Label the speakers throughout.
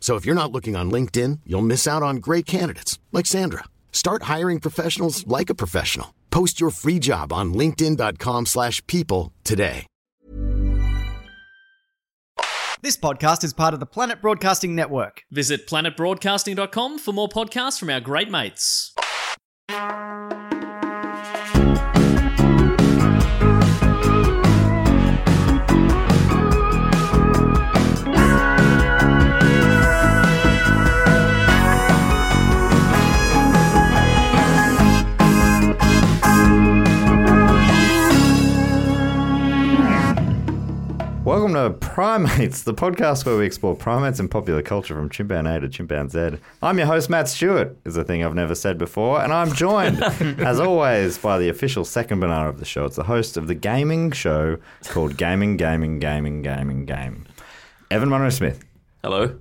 Speaker 1: So if you're not looking on LinkedIn, you'll miss out on great candidates like Sandra. Start hiring professionals like a professional. Post your free job on linkedin.com/people slash people today.
Speaker 2: This podcast is part of the Planet Broadcasting Network.
Speaker 3: Visit planetbroadcasting.com for more podcasts from our great mates.
Speaker 4: Welcome to Primates, the podcast where we explore primates and popular culture from chimpan A to chimpan Z. I'm your host, Matt Stewart, is a thing I've never said before, and I'm joined, as always, by the official second banana of the show. It's the host of the gaming show called Gaming, Gaming, Gaming, Gaming, Game. Evan Monroe Smith.
Speaker 5: Hello.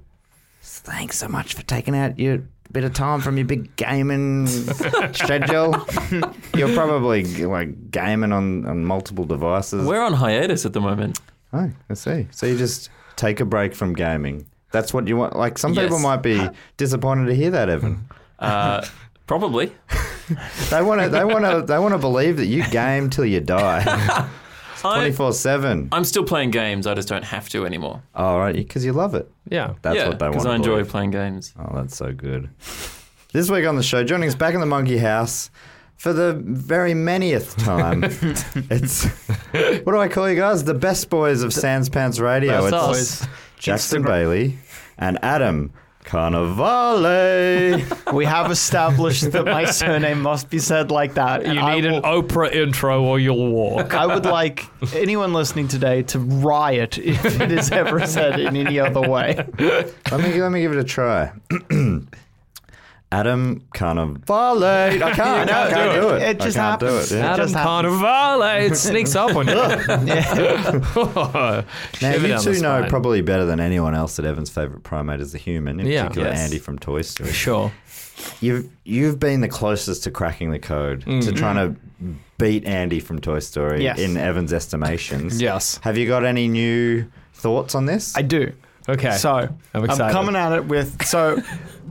Speaker 4: Thanks so much for taking out your bit of time from your big gaming schedule. You're probably like gaming on, on multiple devices.
Speaker 5: We're on hiatus at the moment.
Speaker 4: Oh, I see. So you just take a break from gaming. That's what you want. Like some people
Speaker 5: Yes.
Speaker 4: might be disappointed to hear that, Evan.
Speaker 5: Uh, probably.
Speaker 4: They want to. They want to. They want to believe that you game till you die, twenty
Speaker 5: I,
Speaker 4: four seven.
Speaker 5: I'm still playing games. I just don't have to anymore.
Speaker 4: All right, because you love it.
Speaker 5: Yeah.
Speaker 4: That's what they
Speaker 5: Because
Speaker 4: want
Speaker 5: I
Speaker 4: to
Speaker 5: enjoy
Speaker 4: believe.
Speaker 5: playing games.
Speaker 4: Oh, that's so good. This week on the show, joining us back in the monkey house for the very manyth time. it's what do I call you guys? The best boys of Sans Pants Radio.
Speaker 5: That's
Speaker 4: it's Jackson Bailey and Adam Carnivale.
Speaker 2: We have established that my surname must be said like that. and
Speaker 6: You
Speaker 2: I
Speaker 6: need
Speaker 2: will-
Speaker 6: an Oprah intro or you'll walk.
Speaker 2: I would like anyone listening today to riot if it is ever said in any other way.
Speaker 4: Let me let me give it a try. Adam Carnivale. I can't, I can't do it.
Speaker 2: It just
Speaker 4: I can't
Speaker 2: happens.
Speaker 4: do it. yeah.
Speaker 2: Adam
Speaker 6: Adam
Speaker 2: just happens.
Speaker 6: Carnivale. It sneaks up on you.
Speaker 4: Now,
Speaker 6: Shiver
Speaker 4: you
Speaker 6: down the
Speaker 4: two know
Speaker 6: spine.
Speaker 4: probably better than anyone else that Evan's favourite primate is the human, in
Speaker 6: Yeah.
Speaker 4: particular
Speaker 5: Yes.
Speaker 4: Andy from Toy Story.
Speaker 6: Sure.
Speaker 4: You've you've been the closest to cracking the code to trying to beat Andy from Toy Story
Speaker 2: Yes.
Speaker 4: in Evan's estimations.
Speaker 6: Yes.
Speaker 4: Have you got any new thoughts on this?
Speaker 2: I do.
Speaker 6: Okay.
Speaker 2: So
Speaker 6: I'm excited.
Speaker 2: coming at it with so.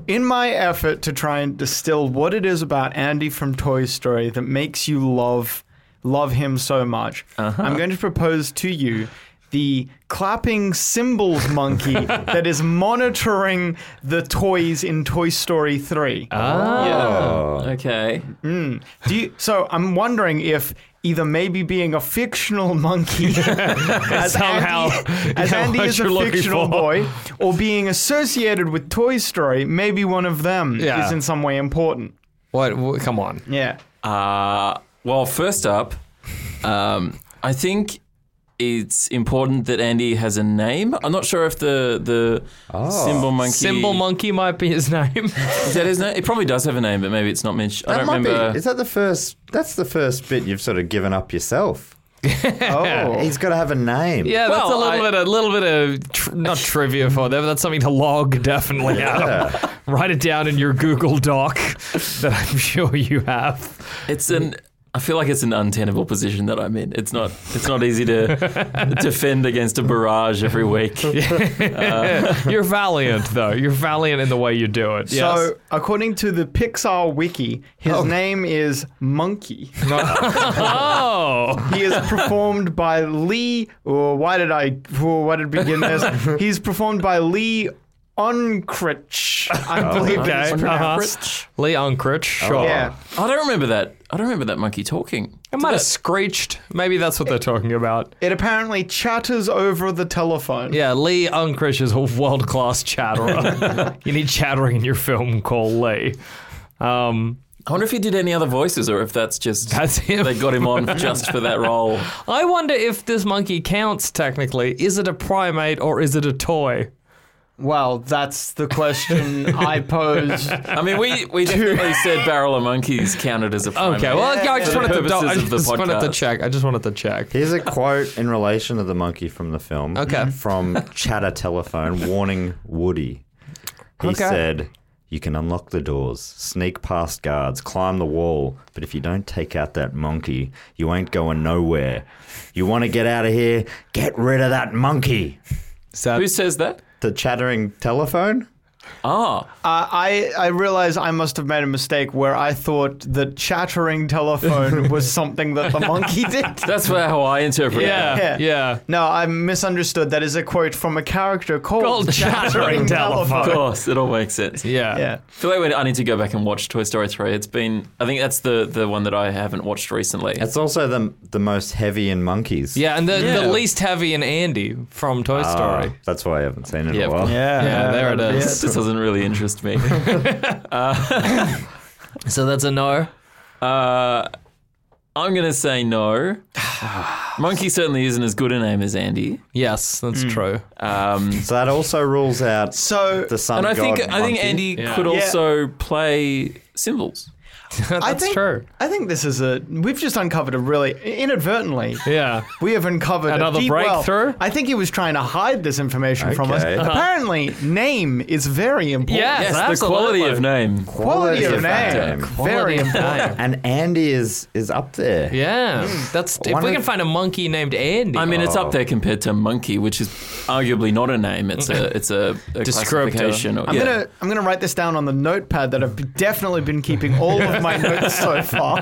Speaker 2: In my effort to try and distill what it is about Andy from Toy Story that makes you love love him so much,
Speaker 6: Uh-huh.
Speaker 2: I'm going to propose to you the clapping cymbals monkey that is monitoring the toys in Toy Story 3.
Speaker 6: Oh.
Speaker 4: Oh.
Speaker 5: Yeah. Okay.
Speaker 2: Do you, so I'm wondering if either maybe being a fictional monkey as
Speaker 6: Somehow,
Speaker 2: Andy, as
Speaker 6: yeah,
Speaker 2: Andy
Speaker 6: what
Speaker 2: is a
Speaker 6: you're looking
Speaker 2: fictional
Speaker 6: for.
Speaker 2: boy, or being associated with Toy Story, maybe one of them
Speaker 6: Yeah.
Speaker 2: is in some way important.
Speaker 6: What, what? Come on.
Speaker 2: Yeah.
Speaker 5: Uh, well, first up, um, I think it's important that Andy has a name. I'm not sure if the the
Speaker 4: Oh.
Speaker 5: symbol monkey
Speaker 6: Symbol Monkey might be his name.
Speaker 5: is that his name. It probably does have a name, but maybe it's not mentioned. I
Speaker 4: That
Speaker 5: don't
Speaker 4: might
Speaker 5: remember.
Speaker 4: Be, is that the first? That's the first bit you've sort of given up yourself.
Speaker 2: Oh.
Speaker 4: He's got to have a name.
Speaker 6: Yeah, that's
Speaker 5: Well,
Speaker 6: a little
Speaker 5: I-
Speaker 6: bit, a little bit of tr- not trivia for them. That's something to log, definitely. Adam. Write it down in your Google Doc that I'm sure you have.
Speaker 5: It's an. I feel like it's an untenable position that I'm in. It's not. It's not easy to defend against a barrage every week.
Speaker 6: You're valiant, though. You're valiant in the way you do it. Yes.
Speaker 2: So, according to the Pixar wiki, his name is Monkey.
Speaker 6: oh,
Speaker 2: He is performed by Lee. Oh, why did I? Oh, why did I begin this? He's performed by Lee Unkrich. I believe that is
Speaker 6: Oh, Okay, Oh.
Speaker 2: pronounced.
Speaker 6: uh-huh. Lee Unkrich, sure.
Speaker 2: Yeah.
Speaker 5: I don't remember that. I don't remember that monkey talking.
Speaker 6: It might have screeched. Maybe that's what they're talking about.
Speaker 2: It apparently chatters over the telephone.
Speaker 6: Yeah, Lee Unkrich is a world class chatterer. you need chattering in your film called Lee. Um,
Speaker 5: I wonder if he did any other voices or if that's just
Speaker 6: That's him.
Speaker 5: they got him on just for that role.
Speaker 6: I wonder if this monkey counts technically. Is it a primate or is it a toy?
Speaker 2: Well, that's the question I posed.
Speaker 5: I mean, we, we definitely said Barrel of Monkeys counted as a primate.
Speaker 6: Okay, well, I- I
Speaker 5: For
Speaker 6: just,
Speaker 5: the
Speaker 6: wanted to,
Speaker 5: purposes
Speaker 6: I
Speaker 5: of the
Speaker 6: just wanted to
Speaker 5: podcast.
Speaker 6: check. I just wanted to check.
Speaker 4: Here's a quote in relation to the monkey from the film.
Speaker 6: Okay.
Speaker 4: From Chatter Telephone warning Woody. He
Speaker 6: Okay.
Speaker 4: said, You can unlock the doors, sneak past guards, climb the wall, but if you don't take out that monkey, you ain't going nowhere. You want to get out of here? Get rid of that monkey.
Speaker 5: Who says that?
Speaker 4: The chattering telephone?
Speaker 5: Ah,
Speaker 2: Uh, I I realize I must have made a mistake where I thought the chattering telephone was something that the monkey did.
Speaker 5: that's how I interpret it.
Speaker 6: Yeah,
Speaker 2: Yeah.
Speaker 6: yeah.
Speaker 2: No, I misunderstood. That is a quote from a character called,
Speaker 6: Called Chattering Telephone.
Speaker 5: Of course, it all makes sense.
Speaker 6: Yeah.
Speaker 2: Yeah.
Speaker 5: I feel like we- I need to go back and watch Toy Story 3. It's been, I think that's the, the one that I haven't watched recently.
Speaker 4: It's also the, the most heavy in monkeys.
Speaker 6: Yeah, and the, the
Speaker 5: Yeah.
Speaker 6: least heavy in Andy from Toy
Speaker 4: Ah,
Speaker 6: Story.
Speaker 4: that's why I haven't seen it
Speaker 5: Yeah,
Speaker 4: in
Speaker 5: of
Speaker 4: a while.
Speaker 5: course.
Speaker 2: Yeah.
Speaker 6: Yeah, there it is.
Speaker 5: this doesn't really interest me.
Speaker 6: So that's a no.
Speaker 5: Uh, I'm going to say no. Monkey certainly isn't as good a name as Andy.
Speaker 6: Yes, that's true.
Speaker 5: Um,
Speaker 4: So that also rules out
Speaker 2: So
Speaker 4: the sun
Speaker 5: and I
Speaker 4: god
Speaker 5: think I think
Speaker 4: monkey.
Speaker 5: Andy
Speaker 6: Yeah.
Speaker 5: could
Speaker 6: Yeah.
Speaker 5: also play cymbals.
Speaker 6: that's
Speaker 2: I think
Speaker 6: true.
Speaker 2: I think this is a we've just uncovered a really inadvertently
Speaker 6: Yeah.
Speaker 2: we have uncovered a
Speaker 6: Another
Speaker 2: deep well.
Speaker 6: breakthrough?
Speaker 2: I think he was trying to hide this information from us.
Speaker 4: Okay. Uh-huh.
Speaker 2: Apparently, name is very important.
Speaker 6: Yeah. Yes,
Speaker 5: Yes, the quality of name.
Speaker 4: Quality
Speaker 2: Quality of
Speaker 4: of
Speaker 2: name,
Speaker 4: name.
Speaker 2: very
Speaker 6: Quality of
Speaker 2: important.
Speaker 6: name.
Speaker 4: And Andy is is up there.
Speaker 6: Yeah, that's if
Speaker 4: One
Speaker 6: we
Speaker 4: of-
Speaker 6: can find a monkey named
Speaker 5: Hmm.
Speaker 6: Andy.
Speaker 5: I mean, it's up there compared to monkey, which is arguably not a name. It's a it's a, a classification. Or,
Speaker 2: I'm
Speaker 5: yeah.
Speaker 2: gonna I'm gonna write this down on the notepad that I've be- definitely been keeping all of my notes so far.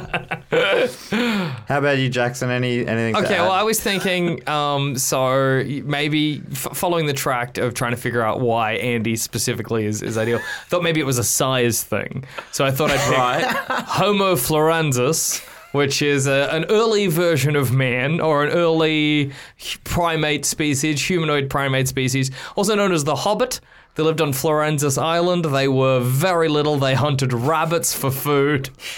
Speaker 4: How about you, Jackson? Any anything? to
Speaker 6: Okay,
Speaker 4: add?
Speaker 6: well, I was thinking, um, so maybe f- following the track of trying to figure out why Andy specifically is, is ideal, thought maybe it was a size thing. So I thought I'd pick Homo florensis, which is a, an early version of man or an early primate species, humanoid primate species, also known as the hobbit. They lived on Florensis Island. They were very little. They hunted rabbits for food.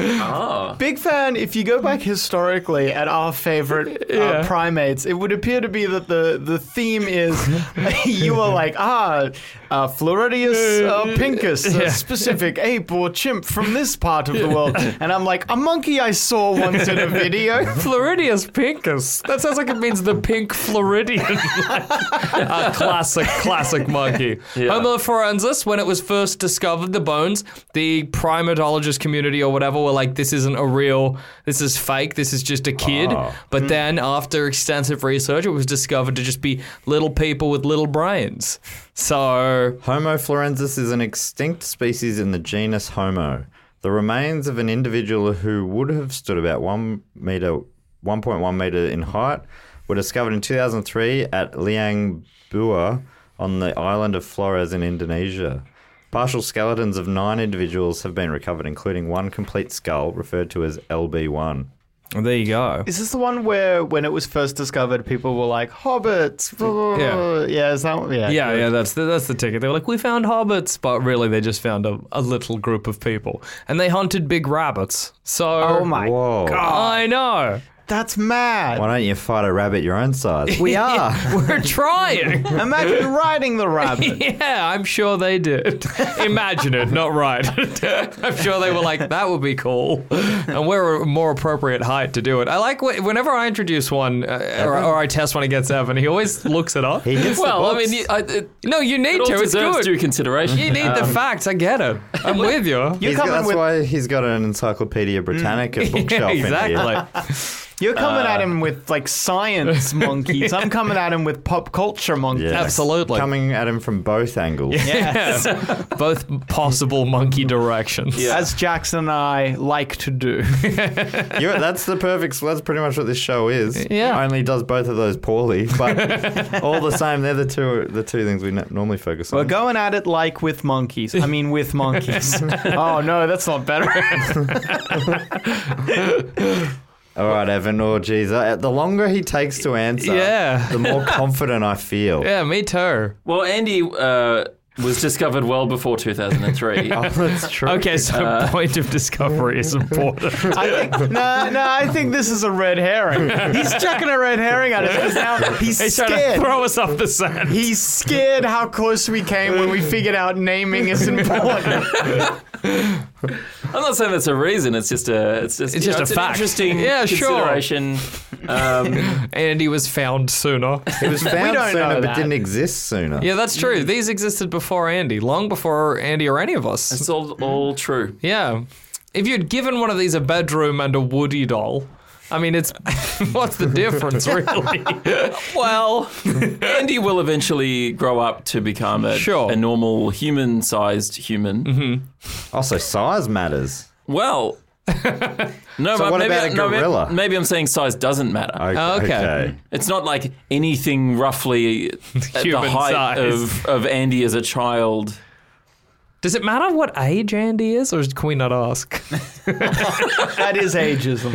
Speaker 2: Big fan. If you go back historically at our favorite uh,
Speaker 6: Yeah.
Speaker 2: primates, it would appear to be that the the theme is you are like ah uh, Floridius uh, pincus, a specific ape or chimp from this part of the world, and I'm like a monkey I saw once in a video.
Speaker 6: Floridius pincus. That sounds like it means the pink Floridian. a classic, classic monkey. Homo forensis, when it was first discovered, the bones, the primatologist community or whatever were like, this isn't a real, this is fake, this is just a kid. But then after extensive research, it was discovered to just be little people with little brains. So,
Speaker 4: Homo florensis is an extinct species in the genus Homo. The remains of an individual who would have stood about one meter, one point one meter in height, were discovered in two thousand three at Liang Bua on the island of Flores in Indonesia. Partial skeletons of nine individuals have been recovered, including one complete skull, referred to as LB1.
Speaker 6: there you go.
Speaker 2: Is this the one where, when it was first discovered, people were like hobbits? blah, blah,
Speaker 6: Yeah.
Speaker 2: blah." yeah, is that one? Yeah,
Speaker 6: Yeah,
Speaker 2: good.
Speaker 6: yeah, that's the, that's the ticket. They were like, we found hobbits, but really they just found a, a little group of people, and they hunted big rabbits. So,
Speaker 2: Oh my
Speaker 4: Whoa!
Speaker 6: I know
Speaker 2: That's mad.
Speaker 4: Why don't you fight a rabbit your own size? We are.
Speaker 6: we're trying.
Speaker 2: Imagine riding the rabbit.
Speaker 6: yeah, I'm sure they did. Imagine it, not right. I'm sure they were like, that would be cool, and we're a more appropriate height to do it. I like wh- whenever I introduce one uh, or, or I test one against Evan, he always looks it up.
Speaker 4: He gets the
Speaker 5: well, I
Speaker 4: box.
Speaker 5: mean, you- I, it,
Speaker 6: no, you need
Speaker 5: it all
Speaker 6: to. It's
Speaker 5: deserves
Speaker 6: good.
Speaker 5: due consideration.
Speaker 6: you need the facts. I get it. I'm with you.
Speaker 2: You
Speaker 4: He's
Speaker 2: come
Speaker 4: got- that's
Speaker 2: in with
Speaker 4: why he's got an Encyclopedia Britannica bookshelf
Speaker 6: exactly.
Speaker 4: in here.
Speaker 2: You're coming
Speaker 4: uh,
Speaker 2: at him with like science monkeys. I'm coming at him with pop culture monkeys.
Speaker 4: Yeah.
Speaker 6: Absolutely.
Speaker 4: Coming at him from both angles.
Speaker 6: Yes. Both possible monkey directions.
Speaker 2: As Jackson and I like to do.
Speaker 4: You're- that's the perfect. That's pretty much what this show is.
Speaker 6: Yeah.
Speaker 4: Only does both of those poorly, but all the same, they're the two the two things we n- normally focus on.
Speaker 2: We're going at it like with monkeys. I mean, with monkeys. oh, no, that's not better.
Speaker 4: all right, Evan. Oh, geez. I, the longer he takes to answer,
Speaker 6: Yeah.
Speaker 4: the more confident I feel.
Speaker 6: Yeah, me too.
Speaker 5: Well, Andy uh, was discovered well before 2003.
Speaker 6: Oh.
Speaker 4: That's true.
Speaker 6: Okay, so point of discovery is important.
Speaker 2: I think, no, no, I think this is a red herring. He's chucking a red herring at us 'cause now he's,
Speaker 6: He's trying to
Speaker 2: scared.
Speaker 6: throw us off the sand.
Speaker 2: He's scared how close we came when we figured out naming is important.
Speaker 5: I'm not saying that's a reason. It's just a it's just,
Speaker 6: It's
Speaker 5: you
Speaker 6: just
Speaker 5: know,
Speaker 6: a
Speaker 5: it's an
Speaker 6: fact.
Speaker 5: interesting
Speaker 6: Yeah, sure.
Speaker 5: consideration. Um,
Speaker 6: Andy was found sooner.
Speaker 4: It was found
Speaker 2: don't know
Speaker 4: sooner, but
Speaker 2: that.
Speaker 4: didn't exist sooner.
Speaker 6: Yeah, that's true. These existed before Andy, long before Andy or any of us.
Speaker 5: it's all all true.
Speaker 6: Yeah. If you'd given one of these a bedroom and a Woody doll, I mean, it's what's the difference, really?
Speaker 5: Well, Andy will eventually grow up to become a,
Speaker 6: Sure.
Speaker 5: a normal human-sized human.
Speaker 4: Also, size matters.
Speaker 5: Well, no, but
Speaker 4: what
Speaker 5: maybe,
Speaker 4: about a
Speaker 5: no, may-
Speaker 4: gorilla?
Speaker 5: Maybe, I'm saying size doesn't matter.
Speaker 6: Okay.
Speaker 5: It's not like anything roughly at the
Speaker 6: Human
Speaker 5: height
Speaker 6: size.
Speaker 5: of of Andy as a child.
Speaker 6: Does it matter what age Andy is, or can we not ask?
Speaker 2: that is ageism.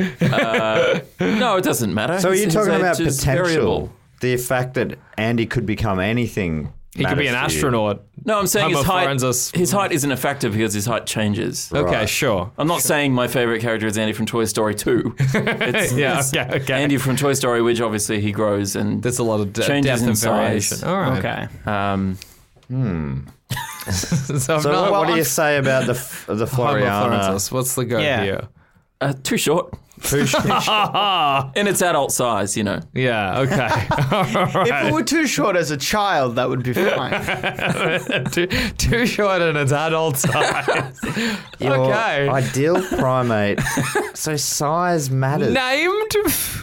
Speaker 5: No, it doesn't matter.
Speaker 4: So are you
Speaker 5: His- his
Speaker 4: talking
Speaker 5: age
Speaker 4: about
Speaker 5: is
Speaker 4: potential?
Speaker 5: variable.
Speaker 4: The fact that Andy could become anything.
Speaker 6: He could be an astronaut.
Speaker 5: No, I'm saying his
Speaker 6: Homo
Speaker 5: height.
Speaker 6: forensis.
Speaker 5: His height isn't a factor because his height changes.
Speaker 6: Okay,
Speaker 4: Right.
Speaker 6: sure.
Speaker 5: I'm not saying my favorite character is Andy from Toy Story 2. It's,
Speaker 6: Yeah,
Speaker 5: it's
Speaker 6: okay, okay.
Speaker 5: Andy from Toy Story, which obviously he grows and
Speaker 6: There's a lot of de-
Speaker 5: Changes
Speaker 6: depth
Speaker 5: in
Speaker 6: and
Speaker 5: size.
Speaker 6: variation. All right.
Speaker 2: Okay.
Speaker 5: um,
Speaker 6: So, I'm
Speaker 4: So
Speaker 6: not-
Speaker 4: what, what
Speaker 6: well,
Speaker 4: do you
Speaker 6: I'm
Speaker 4: say about the f- the
Speaker 6: Homo
Speaker 4: Floriana?
Speaker 6: forensis. What's the go
Speaker 2: Yeah.
Speaker 6: here?
Speaker 5: uh, too short.
Speaker 4: Who sh-
Speaker 5: And it's adult size, you know.
Speaker 6: Yeah, okay.
Speaker 2: If it were too short as a child, that would be fine.
Speaker 6: too, too short and it's adult size.
Speaker 4: your
Speaker 6: okay.
Speaker 4: Ideal primate. so size matters.
Speaker 6: Named?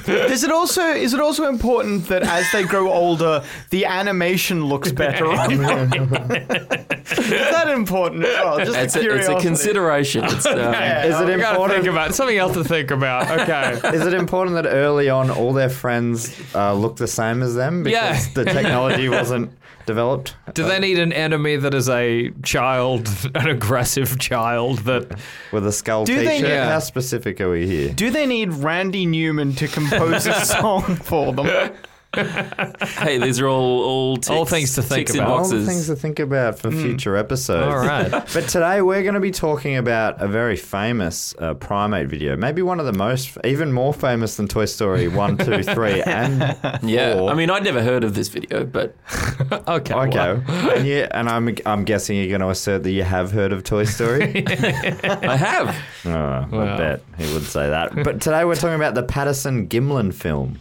Speaker 2: Is it also is it also important that as they grow older, the animation looks better? on them? is that important? as well? just
Speaker 5: It's
Speaker 2: a,
Speaker 5: a, it's a
Speaker 2: curiosity.
Speaker 5: consideration. It's, um,
Speaker 4: Is it
Speaker 6: We gotta think
Speaker 4: important?
Speaker 6: about something else to think about. Okay.
Speaker 4: Is it important that early on all their friends uh, look the same as them because
Speaker 6: Yeah.
Speaker 4: the technology wasn't developed?
Speaker 6: Do they need an enemy that is a child, an aggressive child that
Speaker 4: With a skull
Speaker 2: Do they-
Speaker 4: t-shirt?
Speaker 6: Yeah.
Speaker 4: How specific are we here?
Speaker 2: Do they need Randy Newman to compose a song for them?
Speaker 5: hey, these are all all, ticks,
Speaker 6: All things to think
Speaker 5: ticks in
Speaker 6: about.
Speaker 4: All
Speaker 5: boxes.
Speaker 4: the things to think about for future episodes.
Speaker 6: Hmm. All right.
Speaker 4: But today we're going to be talking about a very famous uh, primate video, maybe one of the most, even more famous than Toy Story 1, 2, 3, and 4.
Speaker 5: yeah, I mean, I'd never heard of this video, but
Speaker 6: Okay. well,
Speaker 4: Okay, and, you, and I'm I'm guessing you're going to assert that you have heard of Toy Story.
Speaker 5: I have.
Speaker 4: oh, I bet he would say that. But today we're talking about the Patterson Gimlin film,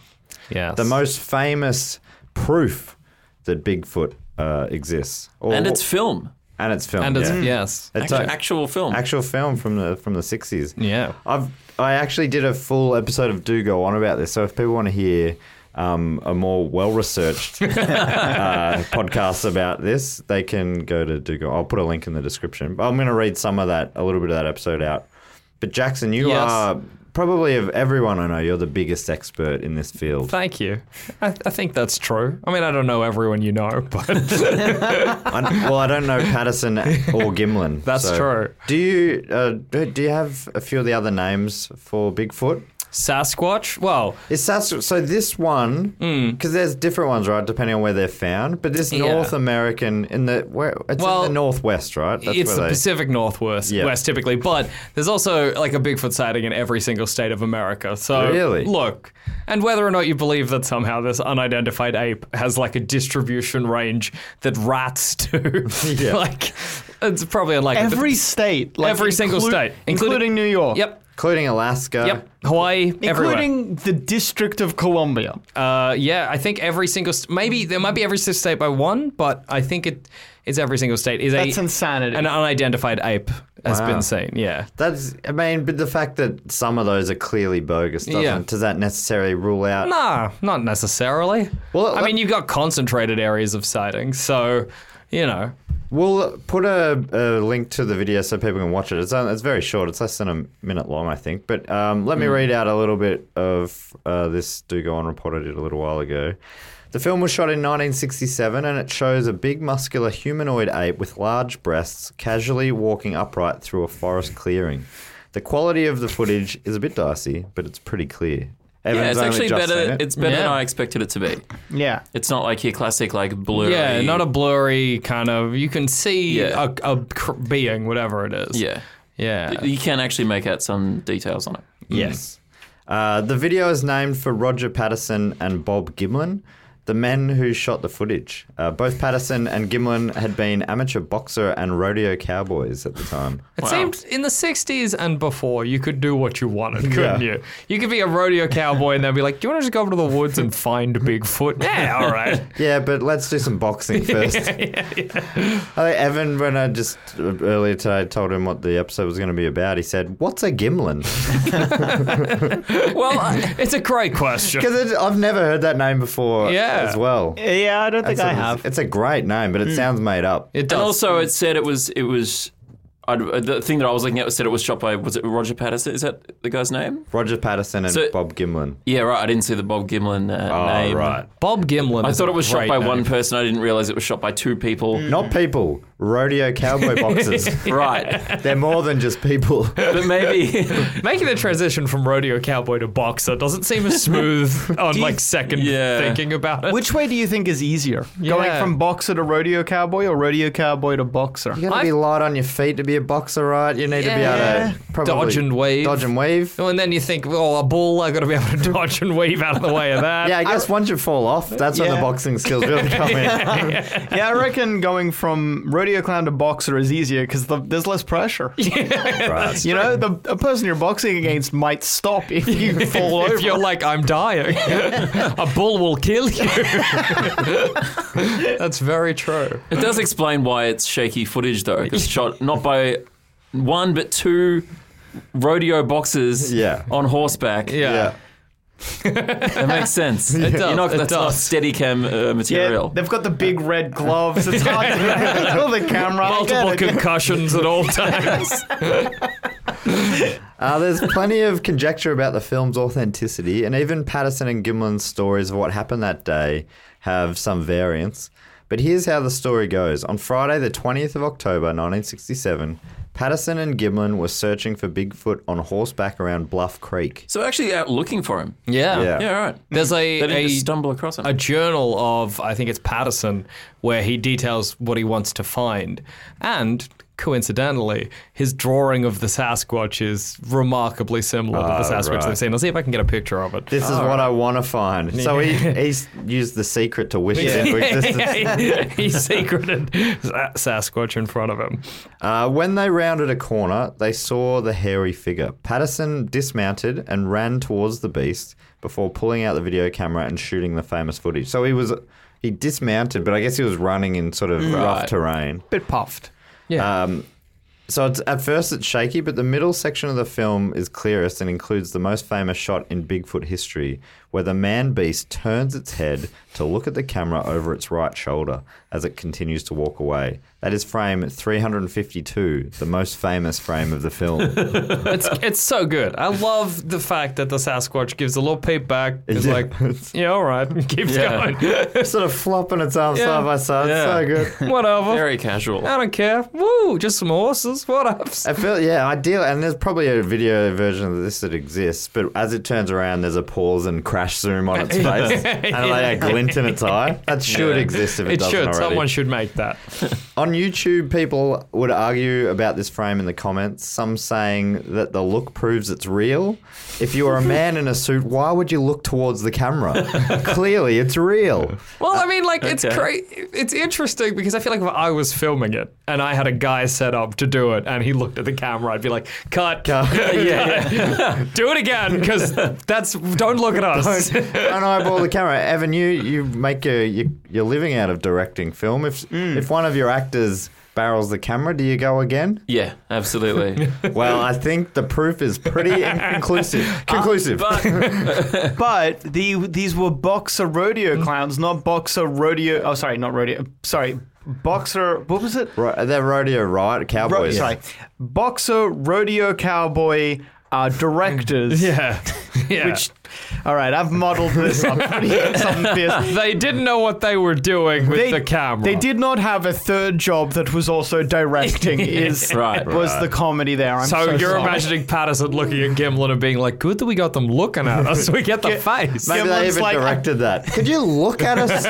Speaker 6: yes.
Speaker 4: the most famous proof that Bigfoot uh, exists, Or-
Speaker 5: And it's film.
Speaker 4: and it's film,
Speaker 6: and it's
Speaker 4: yeah.
Speaker 6: yes.
Speaker 4: It's
Speaker 5: Actual,
Speaker 4: a-
Speaker 5: actual film.
Speaker 4: actual film from the from the sixties.
Speaker 6: Yeah.
Speaker 4: I've I actually did a full episode of Do Go On about this. So if people want to hear um, a more well researched uh, podcast about this, they can go to Do Go. I'll put a link in the description. But I'm going to read some of that, a little bit of that episode out. But Jackson, you
Speaker 6: Yes.
Speaker 4: are probably of everyone I know, you're the biggest expert in this field.
Speaker 6: Thank you. I, I think that's true. I mean, I don't know everyone you know, but
Speaker 4: I, well, I don't know Patterson or Gimlin.
Speaker 6: That's
Speaker 4: so-
Speaker 6: true.
Speaker 4: Do you uh, do do you have a few of the other names for Bigfoot?
Speaker 6: Sasquatch. Well,
Speaker 4: It's Sasquatch. So this one, because there's different ones, right, depending on where they're found. But this
Speaker 6: Hmm. Yeah.
Speaker 4: North American in the where it's
Speaker 6: Well,
Speaker 4: in the northwest, right? That's
Speaker 6: it's
Speaker 4: where
Speaker 6: the
Speaker 4: they-
Speaker 6: Pacific Northwest
Speaker 4: Yeah.
Speaker 6: west typically, but there's also like a Bigfoot sighting in every single state of America. So
Speaker 4: Really?
Speaker 6: look, and whether or not you believe that somehow this unidentified ape has like a distribution range that rats do,
Speaker 4: Yeah.
Speaker 6: like it's probably unlikely. but-
Speaker 2: Every state, like
Speaker 6: every single
Speaker 2: inclu-
Speaker 6: state,
Speaker 2: including, New York, Uh,
Speaker 6: Yep.
Speaker 4: including Alaska.
Speaker 6: Yep, Hawaii, everywhere.
Speaker 2: including the District of Columbia.
Speaker 6: Uh, yeah, I think every single st- maybe there might be every s- state by one, but I think it is every single state is
Speaker 2: That's
Speaker 6: a
Speaker 2: insanity.
Speaker 6: an unidentified ape has
Speaker 4: Wow.
Speaker 6: been seen. Yeah.
Speaker 4: That's, I mean, but the fact that some of those are clearly bogus doesn't,
Speaker 6: Yeah.
Speaker 4: does that necessarily rule out?
Speaker 6: Nah, not necessarily.
Speaker 4: Well,
Speaker 6: I
Speaker 4: let-
Speaker 6: mean, you've got concentrated areas of sightings, so you know.
Speaker 4: We'll put a, a link to the video so people can watch it. It's, on, it's very short. It's less than a minute long, I think. But um, let me read out a little bit of uh, this Do Go On report I did a little while ago. The film was shot in 1967 and it shows a big, muscular humanoid ape with large breasts casually walking upright through a forest clearing. The quality of the footage is a bit dicey, but it's pretty clear.
Speaker 5: Yeah,
Speaker 4: Evan's
Speaker 5: it's
Speaker 4: only
Speaker 5: actually
Speaker 4: just seen
Speaker 5: better.
Speaker 4: it.
Speaker 5: It's better than
Speaker 6: Yeah.
Speaker 5: I expected it to be.
Speaker 2: Yeah.
Speaker 5: It's not like your classic like blurry.
Speaker 6: Yeah, not a blurry kind of. You can see
Speaker 5: Yeah.
Speaker 6: a, a cr- being, whatever it is.
Speaker 5: Yeah,
Speaker 6: Yeah.
Speaker 5: you can actually make out some details on it.
Speaker 6: yes.
Speaker 4: Uh, the video is named for Roger Patterson and Bob Gimlin, the men who shot the footage. Uh, both Patterson and Gimlin had been amateur boxer and rodeo cowboys at the time.
Speaker 6: It seemed in the 60s and before, you could do what you wanted, couldn't
Speaker 4: Yeah.
Speaker 6: you? You could be a rodeo cowboy and they'd be like, Do you want to just go over to the woods and find Bigfoot? yeah, all right.
Speaker 4: Yeah, but let's do some boxing first. I think Evan, when I just earlier today told him what the episode was going to be about, he said, "What's a Gimlin?"
Speaker 6: well, I- it's a great question.
Speaker 4: Because I've never heard that name before.
Speaker 6: Yeah.
Speaker 4: as well.
Speaker 2: Yeah, I don't think
Speaker 4: It's a-
Speaker 2: I have.
Speaker 4: It's a great name, but it sounds made up.
Speaker 6: It
Speaker 5: And
Speaker 6: does.
Speaker 5: also, it said it was it was. i the thing that I was looking at said it was shot by was it Roger Patterson? Is that the guy's name?
Speaker 4: Roger Patterson and
Speaker 5: So-
Speaker 4: Bob Gimlin.
Speaker 5: Yeah, right. I didn't see the Bob Gimlin uh,
Speaker 4: Oh,
Speaker 5: name.
Speaker 4: right.
Speaker 6: Bob Gimlin.
Speaker 5: I
Speaker 6: is
Speaker 5: thought
Speaker 6: a
Speaker 5: it was shot
Speaker 6: great
Speaker 5: by
Speaker 6: name.
Speaker 5: one person. I didn't realize it was shot by two people.
Speaker 6: Mm.
Speaker 4: Not people, rodeo cowboy boxers.
Speaker 5: Right,
Speaker 4: They're more than just people.
Speaker 5: but maybe
Speaker 6: Making the transition from rodeo cowboy to boxer doesn't seem as smooth on like second
Speaker 5: Yeah.
Speaker 6: thinking about it.
Speaker 2: Which way do you think is easier? Going
Speaker 6: Yeah.
Speaker 2: from boxer to rodeo cowboy or rodeo cowboy to boxer?
Speaker 4: You gotta be light on your feet to be a boxer, right? You need to
Speaker 6: Yeah.
Speaker 4: be able to probably
Speaker 6: Dodge and weave.
Speaker 4: Dodge and weave.
Speaker 6: Well, and then you think, well, a bull, i got to be able to dodge and weave out of the way of that.
Speaker 4: Yeah, I guess once you fall off, that's when the
Speaker 2: Yeah.
Speaker 4: boxing skills really come in.
Speaker 2: Yeah, I reckon going from rodeo clown to boxer is easier because the, there's less pressure.
Speaker 4: Right.
Speaker 2: You know, the a person you're boxing against might stop if you fall
Speaker 6: if
Speaker 2: over.
Speaker 6: you're like, I'm dying, a bull will kill you. That's very true.
Speaker 5: it does explain why it's shaky footage though. 'cause It's shot not by one but two rodeo boxers
Speaker 4: Yeah.
Speaker 5: on horseback.
Speaker 6: Yeah.
Speaker 4: Yeah.
Speaker 5: It makes sense. It
Speaker 6: does,
Speaker 5: You're not,
Speaker 6: it
Speaker 5: that's not
Speaker 6: does.
Speaker 5: steady cam uh,
Speaker 2: yeah,
Speaker 5: material.
Speaker 2: they've got the big red gloves. It's hard to handle the camera. I get
Speaker 6: Multiple
Speaker 2: it.
Speaker 6: concussions at all times.
Speaker 4: Uh, there's plenty of conjecture about the film's authenticity, and even Patterson and Gimlin's stories of what happened that day have some variance. But here's how the story goes. On Friday, the 20th of October, 1967, Patterson and Gimlin were searching for Bigfoot on horseback around Bluff Creek.
Speaker 5: so actually out looking for him.
Speaker 6: Yeah.
Speaker 4: Yeah.
Speaker 5: Yeah, right.
Speaker 6: There's
Speaker 5: They
Speaker 6: a,
Speaker 5: didn't
Speaker 6: a,
Speaker 5: just stumble across him.
Speaker 6: a journal of, I think it's Patterson, where he details what he wants to find. And coincidentally, his drawing of the Sasquatch is remarkably similar to the Sasquatch
Speaker 4: right.
Speaker 6: they've seen. I'll see if I can get a picture of it.
Speaker 4: This is what I want to find. So he he's used the secret to wish it into existence.
Speaker 6: he secreted Sa- Sasquatch in front of him.
Speaker 4: Uh, when they rounded a corner, they saw the hairy figure. Patterson dismounted and ran towards the beast before pulling out the video camera and shooting the famous footage. So he was he dismounted, but I guess he was running in sort of rough terrain.
Speaker 2: bit puffed.
Speaker 4: So it's, at first it's shaky, but the middle section of the film is clearest and includes the most famous shot in Bigfoot history, where the man beast turns its head to look at the camera over its right shoulder as it continues to walk away. That is frame 352, the most famous frame of the film.
Speaker 6: It's it's so good. I love the fact that the Sasquatch gives a little peep back. It's
Speaker 4: Yeah.
Speaker 6: like, yeah, all right, keeps
Speaker 5: Yeah.
Speaker 6: going.
Speaker 4: sort of flopping its arms
Speaker 6: Yeah.
Speaker 4: side by side.
Speaker 5: Yeah.
Speaker 4: So good.
Speaker 6: Whatever.
Speaker 5: Very casual.
Speaker 6: I don't care. Woo, just some horses. What ups?
Speaker 4: I feel yeah, ideal, and there's probably a video version of this that exists. But as it turns around, there's a pause and crash zoom on its face, and like a glint in its eye. That should exist if it,
Speaker 6: It
Speaker 4: doesn't
Speaker 6: should.
Speaker 4: already.
Speaker 6: Someone should make that.
Speaker 4: On YouTube, people would argue about this frame in the comments. Some saying that the look proves it's real. If you were a man in a suit, why would you look towards the camera? Clearly, it's real.
Speaker 6: Well, I mean, like it's
Speaker 5: okay.
Speaker 6: great. It's interesting because I feel like if I was filming it and I had a guy set up to do it and he looked at the camera, I'd be like, cut, yeah, do it again because that's don't look at us.
Speaker 4: don't eyeball the camera.
Speaker 2: Hmm.
Speaker 4: Evan, you, you make your, your your living out of directing film. If if one of your actors barrels the camera, do you go again?
Speaker 5: Yeah, absolutely.
Speaker 4: Well, I think the proof is pretty inconclusive.
Speaker 2: Uh,
Speaker 4: Conclusive.
Speaker 2: But the these were boxer
Speaker 5: Mm.
Speaker 2: rodeo clowns, not boxer rodeo. Oh, sorry, not rodeo. Sorry, boxer. What was it?
Speaker 4: Ro- they're rodeo, right?
Speaker 2: Ro-
Speaker 4: Cowboys.
Speaker 2: Sorry, boxer rodeo cowboy uh, directors.
Speaker 6: Yeah. yeah.
Speaker 2: Which, all right, I've modeled this up pretty something fierce.
Speaker 6: they didn't know what they were doing with the camera.
Speaker 2: they did not have a third job that was also directing. Is
Speaker 5: Right.
Speaker 2: was the comedy there? I'm
Speaker 6: So,
Speaker 2: so,
Speaker 6: you're
Speaker 2: sorry.
Speaker 6: imagining Patterson looking at Gimlin and being like, "Good that we got them looking at us. We get the face."
Speaker 4: Maybe they
Speaker 2: Gimlin's
Speaker 4: even
Speaker 2: like,
Speaker 4: directed that. Could you look at us?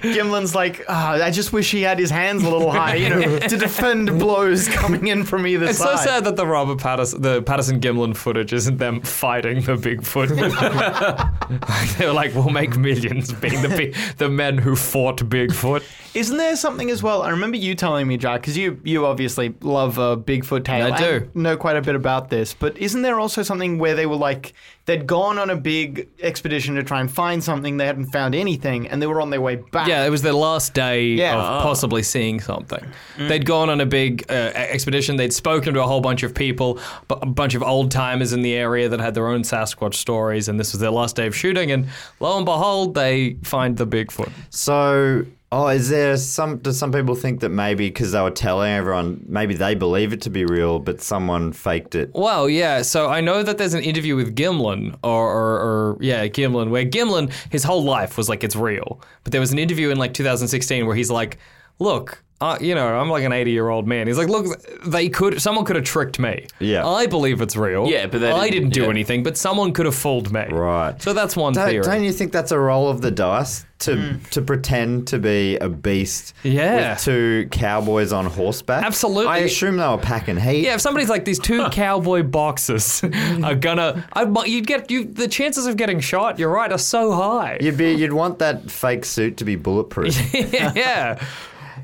Speaker 2: Gimlin's like, ah, I just wish he had his hands a little high, you know, to defend blows coming in from either
Speaker 6: It's so
Speaker 2: side.
Speaker 6: sad that the Robert Patterson, the Patterson Gimlin footage isn't them fighting the Bigfoot. they were like, "We'll make millions being the big, the men who fought Bigfoot."
Speaker 2: Isn't there something as well? I remember you telling me, Jack, because you you obviously love a Bigfoot tale.
Speaker 6: I do.
Speaker 2: and know quite a bit about this, but isn't there also something where they were like they'd gone on a big expedition to try and find something, they hadn't found anything, and they were on their way back.
Speaker 6: Yeah, it was their last day
Speaker 2: Yeah.
Speaker 6: of possibly seeing something. They'd gone on a big uh, expedition. They'd spoken to a whole bunch of people, bu- a bunch of old timers in the area that had their own Sasquatch stories, and this was their last day of shooting. And lo and behold, they find the Bigfoot.
Speaker 4: so, oh, is there some? Do some people think that maybe because they were telling everyone, maybe they believe it to be real, but someone faked it?
Speaker 6: Well, yeah. So I know that there's an interview with Gimlin, or, or, or yeah, Gimlin, where Gimlin, his whole life was like it's real. But there was an interview in like 2016 where he's like, "Look, uh, you know, I'm like an 80 year old man." He's like, "Look, they could, someone could have tricked me.
Speaker 4: Yeah.
Speaker 6: I believe it's real.
Speaker 5: Yeah, but they
Speaker 6: I
Speaker 5: didn't-
Speaker 6: didn't do
Speaker 5: yeah.
Speaker 6: anything. But someone could have fooled me.
Speaker 4: Right.
Speaker 6: So that's one
Speaker 4: Don't,
Speaker 6: theory.
Speaker 4: don't you think that's a roll of the dice to to pretend to be a beast?
Speaker 6: Yeah.
Speaker 4: With two cowboys on horseback.
Speaker 6: Absolutely.
Speaker 4: I assume they were packing heat.
Speaker 6: Yeah, if somebody's like these two cowboy boxers are gonna, I, you'd get you the chances of getting shot. You're right, are so high.
Speaker 4: You'd be you'd want that fake suit to be bulletproof.
Speaker 6: yeah.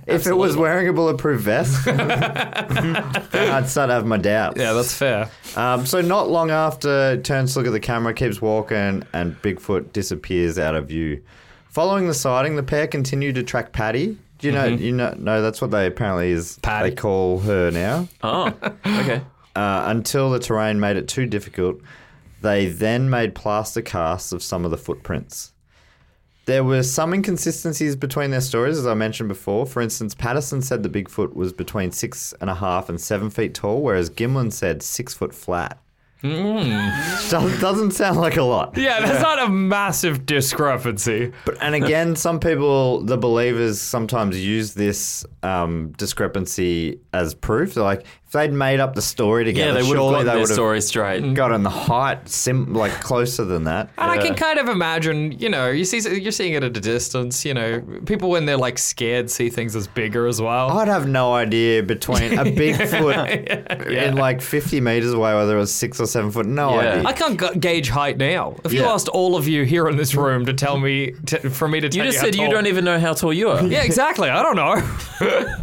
Speaker 4: if it was wearing a bulletproof vest, then I'd start to have my doubts.
Speaker 6: Yeah, that's fair.
Speaker 4: Um, so not long after, turns to look at the camera, keeps walking, and Bigfoot disappears out of view. Following the sighting, the pair continue to track Patty. Do you know? You know? No, that's what they apparently is.
Speaker 6: Mm-hmm. Patty.
Speaker 4: They call her now.
Speaker 5: oh, okay.
Speaker 4: Uh, until the terrain made it too difficult, they then made plaster casts of some of the footprints. There were some inconsistencies between their stories, as I mentioned before. For instance, Patterson said the Bigfoot was between six and a half and seven feet tall, whereas Gimlin said six foot flat.
Speaker 5: Mm.
Speaker 4: Doesn't- Doesn't sound like a lot.
Speaker 6: Yeah, that's not a massive discrepancy.
Speaker 4: But, and again, some people, the believers, sometimes use this um, discrepancy as proof. They're like, if they'd made up the story
Speaker 5: Yeah,
Speaker 4: together,
Speaker 5: they would have
Speaker 4: surely
Speaker 5: gotten
Speaker 4: they
Speaker 5: their
Speaker 4: would have
Speaker 5: story
Speaker 6: Mm.
Speaker 5: straight.
Speaker 4: got on the height, sim- like closer than that.
Speaker 6: And I can kind of imagine, you know, you see, you're seeing it at a distance. You know, people when they're like scared see things as bigger as well.
Speaker 4: I'd have no idea between a Bigfoot in like 50 meters away, whether it was six or seven foot. No
Speaker 5: Yeah.
Speaker 4: idea.
Speaker 6: I can't gu- gauge height now. If you
Speaker 4: Yeah.
Speaker 6: asked all of you here in this room to tell me, to, for me to tell
Speaker 5: You
Speaker 6: you,
Speaker 5: just
Speaker 6: how
Speaker 5: said you
Speaker 6: tall-
Speaker 5: don't even know how tall you are.
Speaker 6: Yeah, exactly. I don't know.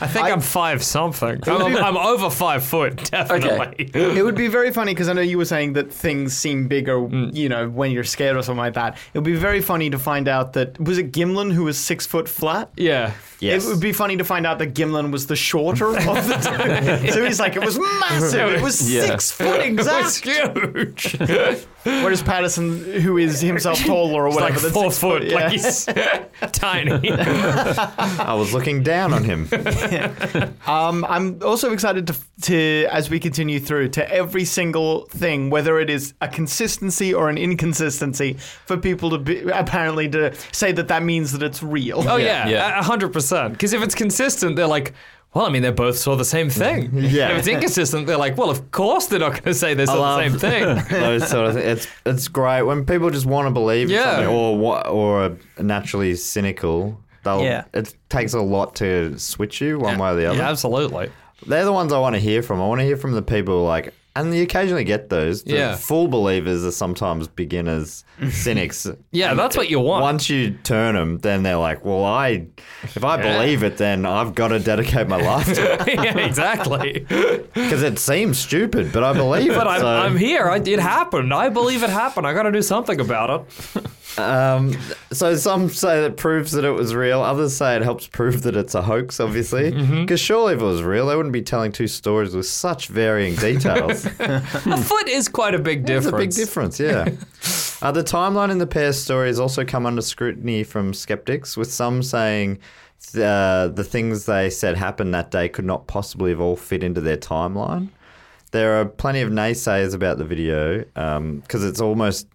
Speaker 6: I think I, am five something. I'm, I'm over five foot, definitely.
Speaker 2: It would be very funny because I know you were saying that things seem bigger,
Speaker 6: Mm.
Speaker 2: you know, when you're scared or something like that. It would be very funny to find out that was it Gimlin who was six foot flat.
Speaker 6: Yeah.
Speaker 4: Yes.
Speaker 2: It would be funny to find out that Gimlin was the shorter of the two. so he's like, it was massive. It was
Speaker 5: Yeah.
Speaker 2: six foot exact.
Speaker 6: huge.
Speaker 2: Whereas Patterson, who is himself taller or
Speaker 6: It's
Speaker 2: whatever,
Speaker 6: like
Speaker 2: that's
Speaker 6: four
Speaker 2: six
Speaker 6: foot.
Speaker 2: yeah.
Speaker 6: Like he's tiny.
Speaker 4: I was looking down on him.
Speaker 2: Um, I'm also excited to, to, as we continue through, to every single thing, whether it is a consistency or an inconsistency, for people to be, apparently to say that that means that it's real.
Speaker 6: Oh yeah,
Speaker 5: Yeah.
Speaker 6: a a hundred percent. Because if it's consistent, they're like, well, I mean, they both saw the same thing.
Speaker 4: Yeah.
Speaker 6: If it's inconsistent, they're like, well, of course they're not going to say they saw
Speaker 4: love-
Speaker 6: the same thing.
Speaker 4: Those sort of things. It's, it's great when people just want to believe in
Speaker 6: Yeah.
Speaker 4: something or, wa- or are naturally cynical. They'll,
Speaker 2: Yeah.
Speaker 4: It takes a lot to switch you one way or the other.
Speaker 6: yeah, absolutely.
Speaker 4: They're the ones I want to hear from. I want to hear from the people like, and you occasionally get those. The
Speaker 6: Yeah.
Speaker 4: Full believers are sometimes beginners, cynics.
Speaker 6: Yeah, that's what you want.
Speaker 4: Once you turn them, then they're like, well, I, if I believe it, then I've got to dedicate my life to it
Speaker 6: yeah, exactly.
Speaker 4: because it seems stupid, but I believe it.
Speaker 6: But I'm,
Speaker 4: so-
Speaker 6: I'm here. I, it happened. I believe it happened. I got to do something about it.
Speaker 4: Um, so some say that proves that it was real. Others say it helps prove that it's a hoax. Obviously, because
Speaker 6: Mm-hmm.
Speaker 4: surely if it was real, they wouldn't be telling two stories with such varying details.
Speaker 6: A foot is quite a big difference.
Speaker 4: There's a big difference, yeah. uh, the timeline in the pair's story has also come under scrutiny from skeptics, with some saying uh, the things they said happened that day could not possibly have all fit into their timeline. There are plenty of naysayers about the video because it's almost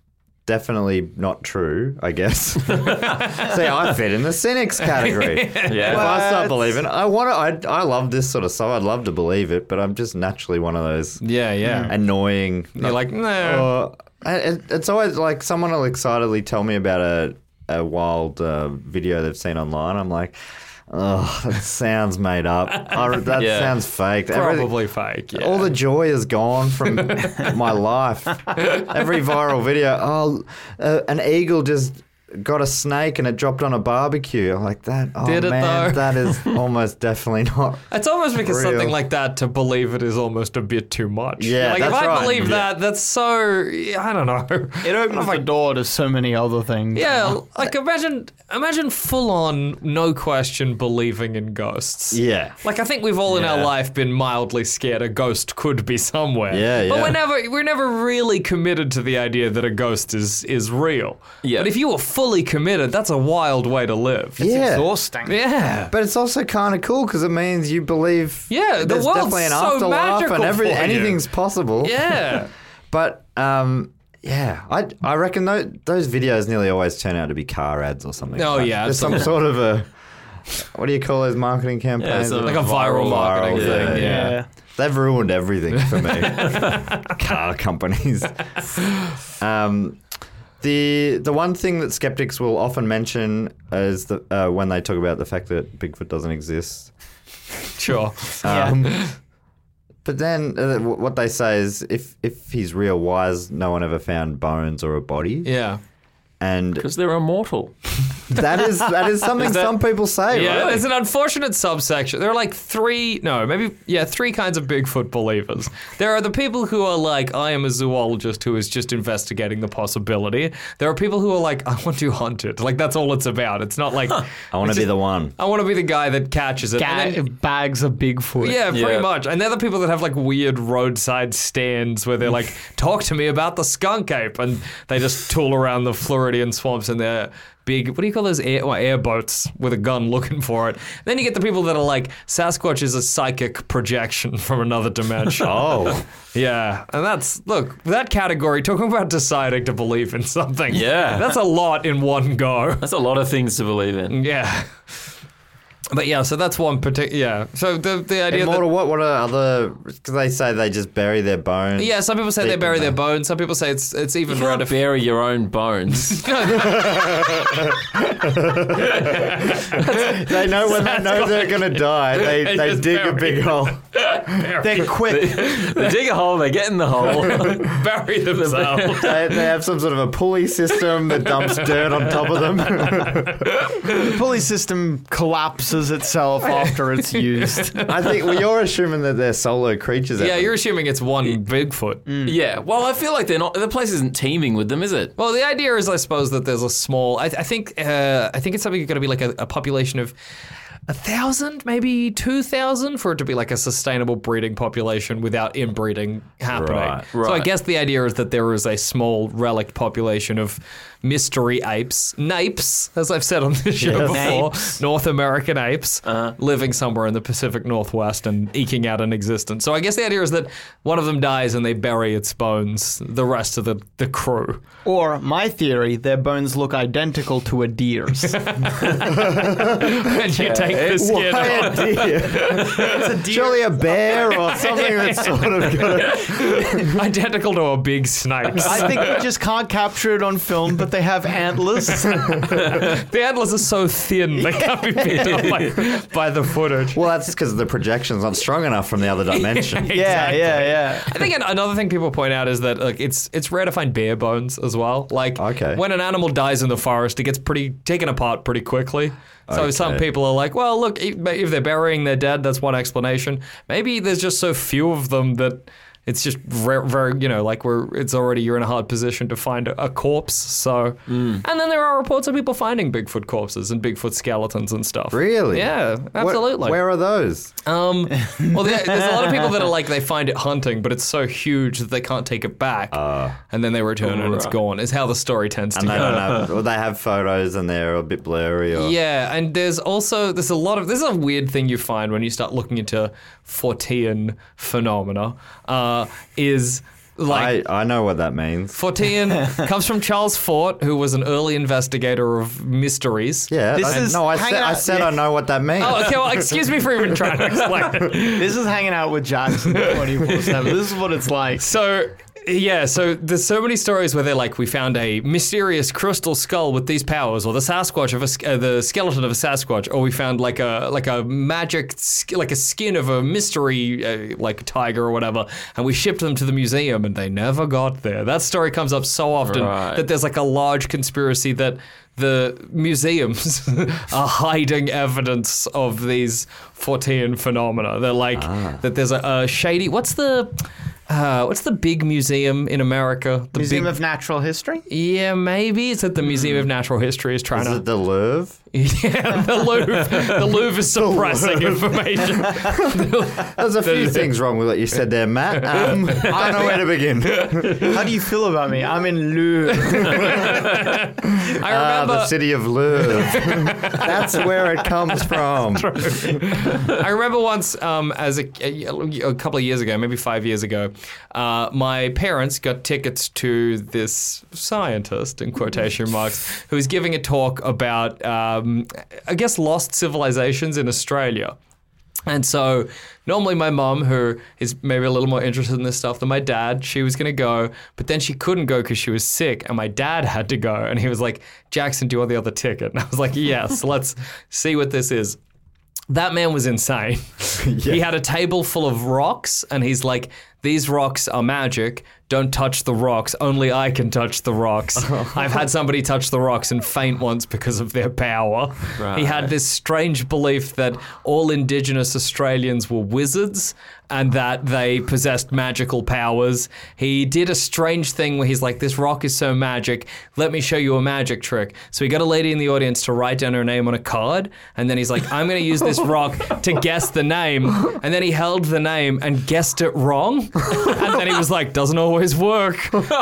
Speaker 4: definitely not true, I guess. See, I fit in the cynics category. yeah. If I start believing, I want to. I, I love this sort of stuff. I'd love to believe it, but I'm just naturally one of those
Speaker 6: Yeah,
Speaker 4: Mm.
Speaker 6: yeah.
Speaker 4: annoying.
Speaker 6: You're like, no.
Speaker 4: Or, I- it- it's always like someone will excitedly tell me about a, a wild uh, video they've seen online. I'm like, oh, that sounds made up. I, that
Speaker 5: Yeah.
Speaker 4: sounds fake. Everything-
Speaker 6: Probably fake. Yeah.
Speaker 4: All the joy is gone from my life. Every viral video, oh, uh, an eagle just got a snake and it dropped on a barbecue. I'm like, that, oh
Speaker 6: Did it
Speaker 4: man,
Speaker 6: though?
Speaker 4: that is almost definitely not
Speaker 6: It's almost because
Speaker 4: Real.
Speaker 6: something like that to believe it is almost a bit too much.
Speaker 4: Yeah,
Speaker 6: like if
Speaker 4: that's
Speaker 6: I
Speaker 4: right.
Speaker 6: believe
Speaker 4: Yeah.
Speaker 6: that, that's so I don't know.
Speaker 2: It opens the door to so many other things.
Speaker 6: Oh Yeah, like imagine imagine full on no question believing in ghosts.
Speaker 4: Yeah.
Speaker 6: Like I think we've all in our
Speaker 4: Yeah.
Speaker 6: life been mildly scared a ghost could be somewhere.
Speaker 4: Yeah,
Speaker 6: But
Speaker 4: yeah.
Speaker 6: we're never we're never really committed to the idea that a ghost is is real.
Speaker 5: Yeah.
Speaker 6: But if you were fully committed, that's a wild way to live.
Speaker 4: Yeah.
Speaker 2: Exhausting.
Speaker 6: Yeah.
Speaker 4: But it's also kind of cool because it means you believe.
Speaker 6: Yeah, the
Speaker 4: there's
Speaker 6: world's
Speaker 4: definitely an
Speaker 6: so
Speaker 4: afterlife and
Speaker 6: magical for you.
Speaker 4: anything's possible.
Speaker 6: Yeah.
Speaker 4: But um, yeah, I I reckon those, those videos nearly always turn out to be car ads or something.
Speaker 6: Oh, yeah,
Speaker 4: there's some sort of a what do you call those marketing campaigns?
Speaker 5: some
Speaker 6: Like a viral marketing
Speaker 5: thing,
Speaker 2: yeah.
Speaker 4: They've ruined everything for me. Car companies. Um, the the one thing that skeptics will often mention is the uh, when they talk about the fact that Bigfoot doesn't exist.
Speaker 6: sure.
Speaker 4: Um, But then uh, w- what they say is if if he's real, why has no one ever found bones or a body?
Speaker 6: Yeah.
Speaker 4: And
Speaker 5: Because they're immortal.
Speaker 4: that is that is something some people say,
Speaker 6: Yeah,
Speaker 4: right?
Speaker 6: it's an unfortunate subsection. There are like three, no, maybe, yeah, three kinds of Bigfoot believers. There are the people who are like, I am a zoologist who is just investigating the possibility. There are people who are like, I want to hunt it. Like, that's all it's about. It's not like,
Speaker 4: I want to be the one.
Speaker 6: I want to be the guy that catches it. And then-
Speaker 2: bags of Bigfoot.
Speaker 6: yeah,
Speaker 5: Yeah.
Speaker 6: pretty much. And they're the people that have like weird roadside stands where they're like, talk to me about the skunk ape. And they just tool around the Floridian swamps in their big, what do you call those air, well, airboats with a gun looking for it. Then you get the people that are like, Sasquatch is a psychic projection from another dimension.
Speaker 4: Oh,
Speaker 6: yeah. And that's, look, that category, talking about deciding to believe in something.
Speaker 5: Yeah.
Speaker 6: That's a lot in one go.
Speaker 5: That's a lot of things to believe in.
Speaker 6: Yeah. But yeah, so that's one particular. Yeah. So the, the idea that.
Speaker 4: immortal. What? What are other? Because they say they just bury their bones.
Speaker 6: Yeah, some people say they
Speaker 4: Deep in
Speaker 6: bury their
Speaker 4: there.
Speaker 6: bones. Some people say it's it's even
Speaker 5: You
Speaker 6: around a
Speaker 5: can't
Speaker 6: few.
Speaker 5: bury your own bones.
Speaker 4: They know when they know they're gonna die. They they,
Speaker 6: just
Speaker 4: dig a
Speaker 6: bury
Speaker 4: big hole.
Speaker 2: They're quick.
Speaker 5: they dig a hole, they get in the hole.
Speaker 6: bury themselves.
Speaker 4: They, they have some sort of a pulley system that dumps dirt on top of them.
Speaker 2: the pulley system collapses itself after it's used.
Speaker 4: I think well, you're assuming that they're solo creatures.
Speaker 6: yeah,
Speaker 4: Evan.
Speaker 6: you're assuming it's one Bigfoot.
Speaker 5: yeah. Well, I feel like they're not. The place isn't teeming with them, is it?
Speaker 6: Well, the idea is, I suppose, that there's a small. I, I think. Uh, I think it's something going to be like a, a population of a thousand, maybe two thousand, for it to be like a sustainable breeding population without inbreeding happening.
Speaker 4: Right,
Speaker 6: So I
Speaker 5: right.
Speaker 6: guess the idea is that there is a small relic population of mystery apes, napes, as I've said on this show before, North American apes,
Speaker 5: Uh-huh.
Speaker 6: living somewhere in the Pacific Northwest and eking out an existence. So I guess the idea is that one of them dies and they bury its bones, the rest of the, the crew.
Speaker 2: Or my theory, their bones look identical to a deer's.
Speaker 6: and you take the skin
Speaker 4: Why
Speaker 6: off.
Speaker 4: a deer? Surely a bear or something that's sort of got a
Speaker 6: identical to a big snake.
Speaker 2: I think we just can't capture it on film, but they have antlers.
Speaker 6: the antlers are so thin they can't be picked up by, by the footage.
Speaker 4: Well, that's because the projection's not strong enough from the other dimension.
Speaker 2: Yeah, yeah, yeah.
Speaker 6: I think an- another thing people point out is that like it's it's rare to find bare bones as well. Like
Speaker 4: Okay.
Speaker 6: when an animal dies in the forest, it gets pretty taken apart pretty quickly. So some
Speaker 4: Okay.
Speaker 6: people are like, well, look, if if they're burying their dead, that's one explanation. Maybe there's just so few of them that. It's just very, very, you know, like we're it's already you're in a hard position to find a, a corpse. So,
Speaker 4: Mm.
Speaker 6: and then there are reports of people finding Bigfoot corpses and Bigfoot skeletons and stuff.
Speaker 4: Really?
Speaker 6: Yeah,
Speaker 4: What-
Speaker 6: absolutely.
Speaker 4: where are those?
Speaker 6: Um, well, there, there's a lot of people that are like they find it hunting, but it's so huge that they can't take it back, and then they return and it's gone. Is how the story tends
Speaker 4: Uh,
Speaker 6: to
Speaker 4: And they
Speaker 6: go.
Speaker 4: don't have. Well, they have photos, and they're a bit blurry. Or
Speaker 6: Yeah, and there's also there's a lot of this is a weird thing you find when you start looking into Fortean phenomena. Uh, is like
Speaker 4: I, I know what that means.
Speaker 6: Fortean comes from Charles Fort, who was an early investigator of mysteries.
Speaker 4: Yeah.
Speaker 2: This
Speaker 4: I,
Speaker 2: is-
Speaker 4: no, I
Speaker 2: hang
Speaker 4: said, I,
Speaker 2: on,
Speaker 4: said
Speaker 2: yeah.
Speaker 4: I know what that means.
Speaker 6: Oh, okay. Well, excuse me for even trying to explain it.
Speaker 2: This is hanging out with Jackson 24 7. This is what it's like.
Speaker 6: So yeah, so there's so many stories where they're like, we found a mysterious crystal skull with these powers, or the Sasquatch of a, sk- uh, the skeleton of a Sasquatch, or we found like a like a magic sk- like a skin of a mystery uh, like tiger or whatever, and we shipped them to the museum, and they never got there. That story comes up so often
Speaker 5: Right.
Speaker 6: that there's like a large conspiracy that the museums are hiding evidence of these Fortean phenomena. They're like
Speaker 4: Ah.
Speaker 6: that. There's a, a shady. What's the uh, what's the big museum in America? The
Speaker 2: Museum
Speaker 6: big,
Speaker 2: of Natural History?
Speaker 6: yeah, maybe it's at the Museum of Natural History is trying
Speaker 4: Hmm. Is
Speaker 6: to
Speaker 4: it the Louvre?
Speaker 6: yeah the Louvre. The Louvre is suppressing information.
Speaker 4: There's a few things wrong with what you said there, Matt. Um, I don't know where to begin.
Speaker 2: How do you feel about me? I'm in Louvre.
Speaker 6: I
Speaker 4: Ah,
Speaker 6: remember
Speaker 4: the city of Louvre. That's where it comes from.
Speaker 6: I remember once, um, as a, a couple of years ago, maybe five years ago, uh, my parents got tickets to this scientist, in quotation marks, who was giving a talk about, um, I guess, lost civilizations in Australia. And so, normally my mum, who is maybe a little more interested in this stuff than my dad, she was going to go, but then she couldn't go because she was sick, and my dad had to go. And he was like, "Jackson, do you want the other ticket?" And I was like, "Yes, let's see what this is." That man was insane. He had a table full of rocks, and he's like, These rocks are magic. Don't touch the rocks. Only I can touch the rocks. I've had somebody touch the rocks and faint once because of their power. He had this strange belief that all Indigenous Australians were wizards and that they possessed magical powers. He did a strange thing where he's like, This rock is so magic, let me show you a magic trick. So he got a lady in the audience to write down her name on a card, and then he's like, I'm going to use this rock to guess the name. And then he held the name and guessed it wrong. And then he was like, Doesn't always work,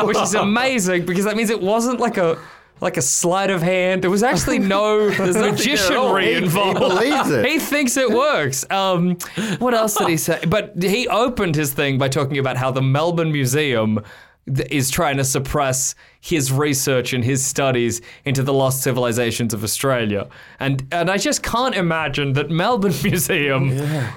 Speaker 6: which is amazing because that means it wasn't like a. Like a sleight of hand. There was actually no magicianry involved.
Speaker 4: believes it.
Speaker 6: He thinks it works. Um, what else did he say? But he opened his thing by talking about how the Melbourne Museum th- is trying to suppress his research and his studies into the lost civilizations of Australia. And and I just can't imagine that Melbourne Museum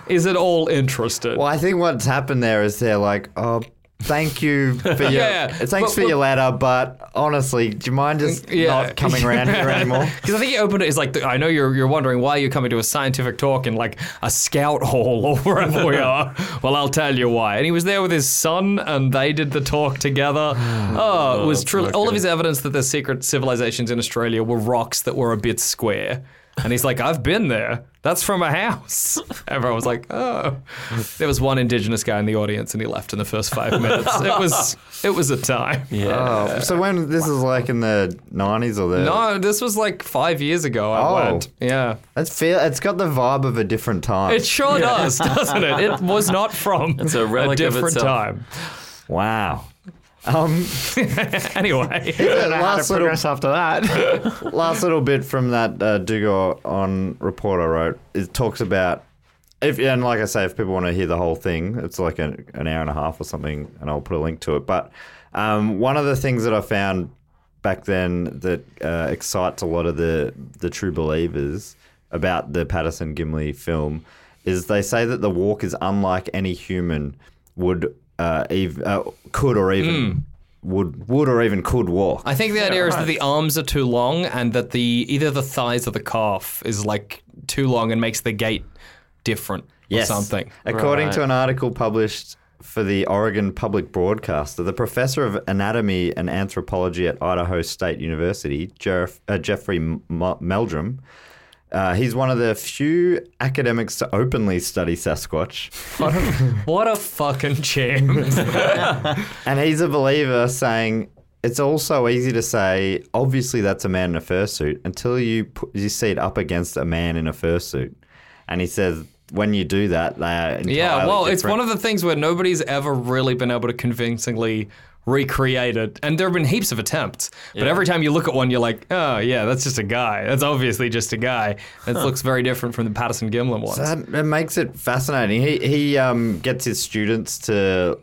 Speaker 6: is at all interested.
Speaker 4: Well, I think what's happened there is they're like, oh, thank you for your,
Speaker 6: Yeah,
Speaker 4: thanks
Speaker 6: but-
Speaker 4: for your letter, but honestly, do you mind just
Speaker 6: Yeah.
Speaker 4: not coming around here anymore?
Speaker 6: Because I think he opened it as like, the, I know you're, you're wondering why you're coming to a scientific talk in like a scout hall or wherever we are. Well, I'll tell you why. And he was there with his son and they did the talk together. Oh, it was truly all of his evidence that the secret civilizations in Australia were rocks that were a bit square. And he's like, I've been there. That's from a house. Everyone was like, oh. There was one indigenous guy in the audience and he left in the first five minutes. It was it was a time.
Speaker 5: Yeah.
Speaker 4: Oh, so when this is like in the 90s or the
Speaker 6: No, this was like five years ago. I
Speaker 4: Oh.
Speaker 6: went. Yeah.
Speaker 4: It's feel it's got the vibe of a different time.
Speaker 6: It sure does, doesn't it? It was not from
Speaker 5: Oh. It's a relic of
Speaker 6: different
Speaker 5: itself.
Speaker 6: time.
Speaker 4: wow. Um,
Speaker 6: Anyway,
Speaker 2: I don't know how to
Speaker 4: last little
Speaker 2: progress after that.
Speaker 4: last little bit from that uh, Dugor on report I wrote. It talks about if and like I say, if people want to hear the whole thing, it's like an, an hour and a half or something, and I'll put a link to it. But um, one of the things that I found back then that uh, excites a lot of the the true believers about the Patterson Gimli film is they say that the walk is unlike any human would uh, ev- uh, could or even would would or even could walk.
Speaker 6: I think the idea is that the arms are too long, and that the either the thighs or the calf is like too long and makes the gait different
Speaker 4: yes.
Speaker 6: or something.
Speaker 4: According to an article published for the Oregon Public Broadcaster, the professor of anatomy and anthropology at Idaho State University, Jeff, uh, Jeffrey M- Meldrum, Uh, he's one of the few academics to openly study Sasquatch.
Speaker 6: What a, what a fucking champ.
Speaker 4: And he's a believer saying it's all so easy to say, obviously that's a man in a fursuit until you put, you see it up against a man in a fursuit. And he says when you do that, they are entirely
Speaker 6: Yeah, well, it's
Speaker 4: different.
Speaker 6: one of the things where nobody's ever really been able to convincingly recreate it. And there have been heaps of attempts. But every time you look at one, you're like, oh, yeah, that's just a guy. That's obviously just a guy. It looks very different from the Patterson Gimlin ones.
Speaker 4: So that it makes it fascinating. He he um, gets his students to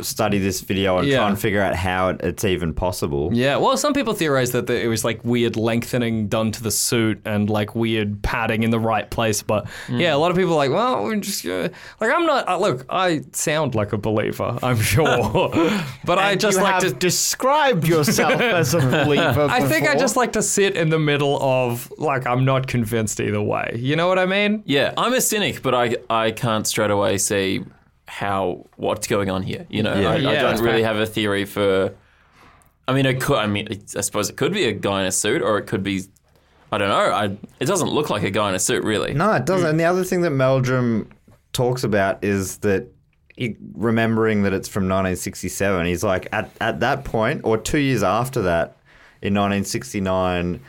Speaker 4: study this video and
Speaker 6: Yeah.
Speaker 4: try and figure out how it, it's even possible.
Speaker 6: yeah, well, some people theorize that the, it was like weird lengthening done to the suit and like weird padding in the right place. But yeah, a lot of people are like, well, we're just uh, like, I'm not, uh, look, I sound like a believer, I'm sure. but I just
Speaker 2: you
Speaker 6: like
Speaker 2: have
Speaker 6: to
Speaker 2: described yourself as a believer.
Speaker 6: I think I
Speaker 2: before.
Speaker 6: just like to sit in the middle of like I'm not convinced either way. You know what I mean?
Speaker 5: Yeah, I'm a cynic, but I I can't straight away see how what's going on here. You know, I, I
Speaker 6: Yeah,
Speaker 5: don't
Speaker 6: that's
Speaker 5: really
Speaker 6: fair.
Speaker 5: have a theory for. I mean, it could. I mean, it- I suppose it could be a guy in a suit, or it could be. I don't know. I, it doesn't look like a guy in a suit, really.
Speaker 4: No, it doesn't. And the other thing that Meldrum talks about is that he, remembering that it's from 1967, he's like, at, at that point, or two years after that, in 1969,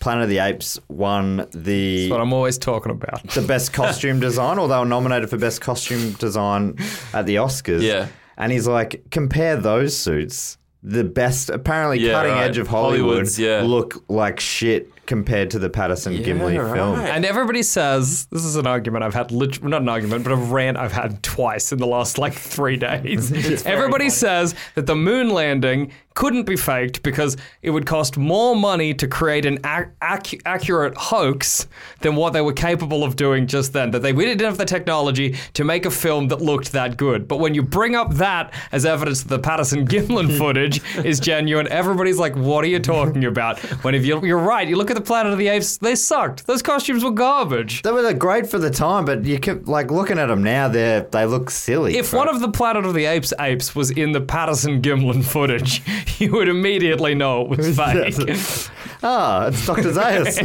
Speaker 4: Planet of the Apes won the.
Speaker 6: What I'm always talking about.
Speaker 4: the best costume design, or they were nominated for best costume design at the Oscars.
Speaker 5: Yeah.
Speaker 4: And he's like, compare those suits. The best, apparently,
Speaker 5: Yeah,
Speaker 4: cutting
Speaker 5: right.
Speaker 4: edge of Hollywood
Speaker 5: Hollywood's, yeah.
Speaker 4: look like shit compared to the Patterson Gimli film.
Speaker 6: And everybody says this is an argument I've had, lit- not an argument, but a rant I've had twice in the last like three days. everybody says that the moon landing couldn't be faked because it would cost more money to create an ac- ac- accurate hoax than what they were capable of doing just then. That they we didn't have the technology to make a film that looked that good. But when you bring up that as evidence that the Patterson Gimlin footage is genuine, everybody's like, "What are you talking about?" When if you, you're right, you look at the Planet of the Apes, they sucked. Those costumes were garbage.
Speaker 4: They were like, great for the time, but you kept like looking at them now. They are they look silly.
Speaker 6: If one of the Planet of the Apes apes was in the Patterson Gimlin footage, you would immediately know it was fake.
Speaker 4: ah, it's Doctor Zayas.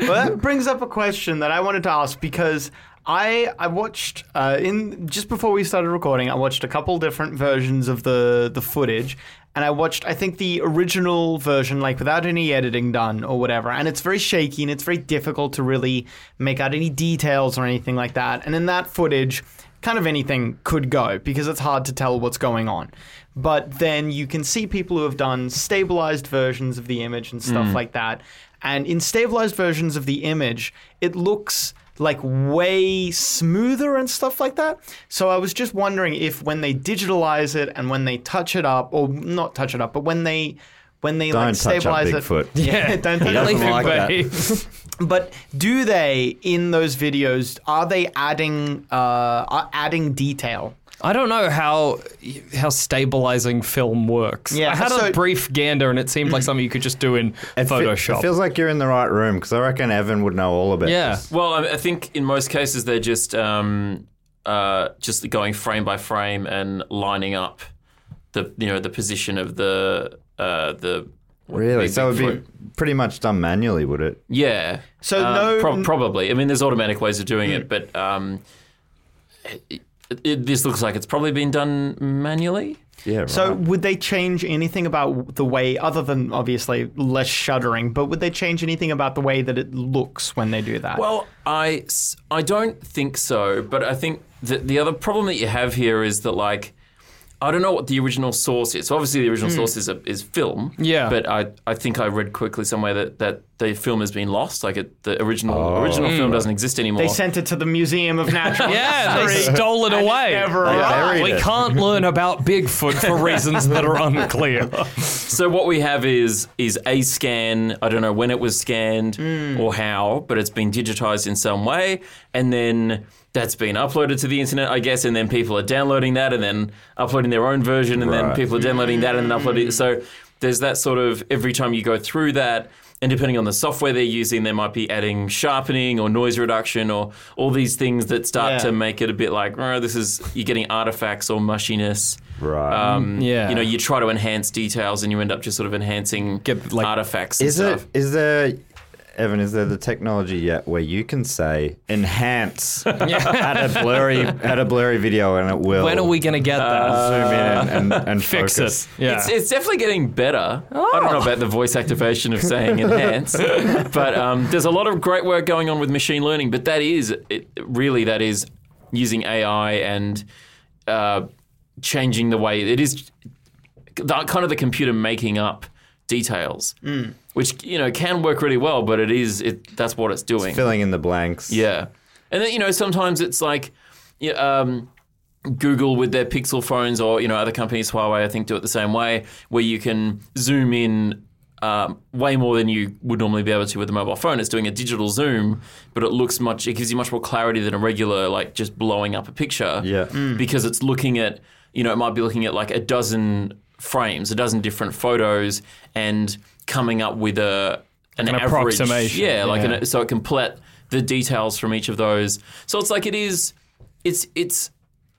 Speaker 2: Well, that brings up a question that I wanted to ask because I I watched uh, in just before we started recording, I watched a couple different versions of the the footage, and I watched I think the original version like without any editing done or whatever, and it's very shaky and it's very difficult to really make out any details or anything like that. And in that footage, kind of anything could go because it's hard to tell what's going on. But then you can see people who have done stabilized versions of the image and
Speaker 4: Mm.
Speaker 2: stuff like that. And in stabilized versions of the image, it looks like way smoother and stuff like that. So I was just wondering if when they digitalize it and when they touch it up, or not touch it up, but when they when they
Speaker 4: Don't
Speaker 2: like
Speaker 4: touch up
Speaker 2: stabilize
Speaker 4: Bigfoot.
Speaker 2: it, yeah, don't touch up
Speaker 4: doesn't like
Speaker 2: Bigfoot.
Speaker 4: that.
Speaker 2: But do they in those videos are they adding uh, are adding detail?
Speaker 6: I don't know how how stabilizing film works.
Speaker 2: Yeah,
Speaker 6: I had
Speaker 2: so-
Speaker 6: a brief gander, and it seemed like something you could just do in
Speaker 4: It fe-
Speaker 6: Photoshop.
Speaker 4: it feels like you're in the right room because I reckon Evan would know all about
Speaker 6: yeah.
Speaker 4: this.
Speaker 5: Well, I I think in most cases they're just um, uh, just going frame by frame and lining up the you know the position of the uh, the
Speaker 4: Really? So it would
Speaker 5: Bigfoot.
Speaker 4: be pretty much done manually, would it?
Speaker 5: yeah.
Speaker 2: So
Speaker 5: Um,
Speaker 2: no-
Speaker 5: prob- probably. I mean, there's automatic ways of doing
Speaker 4: Hmm.
Speaker 5: it, but um, it, it, this looks like it's probably been done manually.
Speaker 4: Yeah. Right.
Speaker 2: So would they change anything about the way, other than obviously less shuddering, but would they change anything about the way that it looks when they do that?
Speaker 5: Well, I, s- I don't think so, but I think the, the other problem that you have here is that, like, I don't know what the original source is. So obviously, the
Speaker 2: Hmm.
Speaker 5: original source is, a, is film.
Speaker 6: Yeah.
Speaker 5: But I, I think I read quickly somewhere that, that the film has been lost. Like, it, the original original film doesn't exist anymore.
Speaker 2: Oh. Hmm. they sent it to the Museum of Natural
Speaker 6: Yeah, they
Speaker 2: History.
Speaker 6: stole it away.
Speaker 2: never They
Speaker 4: arrived. buried
Speaker 6: we
Speaker 4: it.
Speaker 6: can't learn about Bigfoot for reasons that are unclear.
Speaker 5: so what we have is is a scan. I don't know when it was scanned or how, but it's been digitized in some way, and then that's been uploaded to the internet, I guess, and then people are downloading that and then uploading their own version, and then
Speaker 4: Right.
Speaker 5: people are downloading that and then uploading. So there's that sort of every time you go through that. And depending on the software they're using, they might be adding sharpening or noise reduction or all these things that start
Speaker 2: Yeah.
Speaker 5: to make it a bit like, oh, this is, you're getting artifacts or mushiness.
Speaker 4: Right.
Speaker 5: Um,
Speaker 6: Mm, Yeah.
Speaker 5: You know, you try to enhance details and you end up just sort of enhancing
Speaker 6: Get, like-
Speaker 5: artifacts and
Speaker 4: Is
Speaker 5: stuff.
Speaker 4: it? Is there Evan, is there the technology yet where you can say enhance at a blurry at a blurry video and it will
Speaker 6: When are we going to get that?
Speaker 4: zoom in and, and, and
Speaker 6: Fix
Speaker 4: Uh, focus.
Speaker 6: it. Yeah. Oh.
Speaker 5: It's, it's definitely getting better. I don't know about the voice activation of saying enhance, but um, there's a lot of great work going on with machine learning. But that is it, really that is using AI and uh, changing the way it is. The, kind of the computer making up details, which you know can work really well, but it is it that's what it's doing.
Speaker 4: Filling in the blanks.
Speaker 5: Yeah, and then you know sometimes it's like, yeah, um, Google with their Pixel phones or you know other companies, Huawei I think do it the same way, where you can zoom in um, way more than you would normally be able to with a mobile phone. It's doing a digital zoom, but it looks much. It gives you much more clarity than a regular like just blowing up a picture.
Speaker 4: Yeah.
Speaker 6: Mm.
Speaker 5: because it's looking at you know it might be looking at like a dozen frames, a dozen different photos, and coming up with a an,
Speaker 6: An
Speaker 5: average-
Speaker 6: approximation.
Speaker 5: Yeah, like an, so it can plot the details from each of those. So it's like it is, it's it's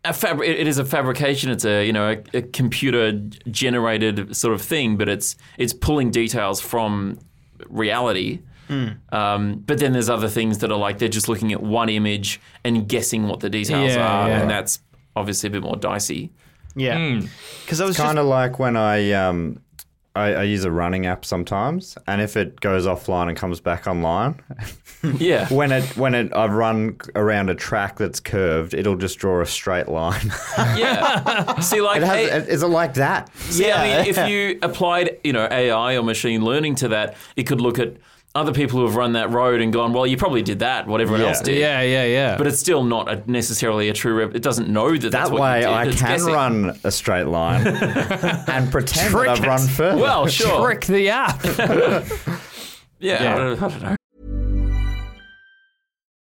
Speaker 5: a fabri- it is a fabrication. It's a you know a, a computer generated sort of thing, but it's it's pulling details from reality. Um, but then there's other things that are like they're just looking at one image and guessing what the details
Speaker 6: Yeah,
Speaker 5: are,
Speaker 6: yeah.
Speaker 5: and that's obviously a bit more dicey.
Speaker 2: Yeah. Because I was
Speaker 4: kind of like when I um I, I use a running app sometimes, and if it goes offline and comes back online,
Speaker 5: Yeah.
Speaker 4: when it when it I've run around a track that's curved, it'll just draw a straight line.
Speaker 5: yeah. See, like
Speaker 4: it has,
Speaker 5: hey-
Speaker 4: is it like that?
Speaker 5: Yeah, I mean, if you applied, you know, AI or machine learning to that, it could look at other people who have run that road and gone, "Well, you probably did that, what everyone
Speaker 4: Yeah.
Speaker 5: else did."
Speaker 6: yeah, yeah, yeah.
Speaker 5: But it's still not a, necessarily a true. Rep- it doesn't know that. that's
Speaker 4: That
Speaker 5: what
Speaker 4: way,
Speaker 5: you did.
Speaker 4: I
Speaker 5: It's
Speaker 4: can
Speaker 5: guessing.
Speaker 4: run a straight line and pretend that I've run further.
Speaker 5: Well, sure.
Speaker 6: Trick the app.
Speaker 5: Yeah.
Speaker 6: Yeah.
Speaker 5: I, don't, I don't know.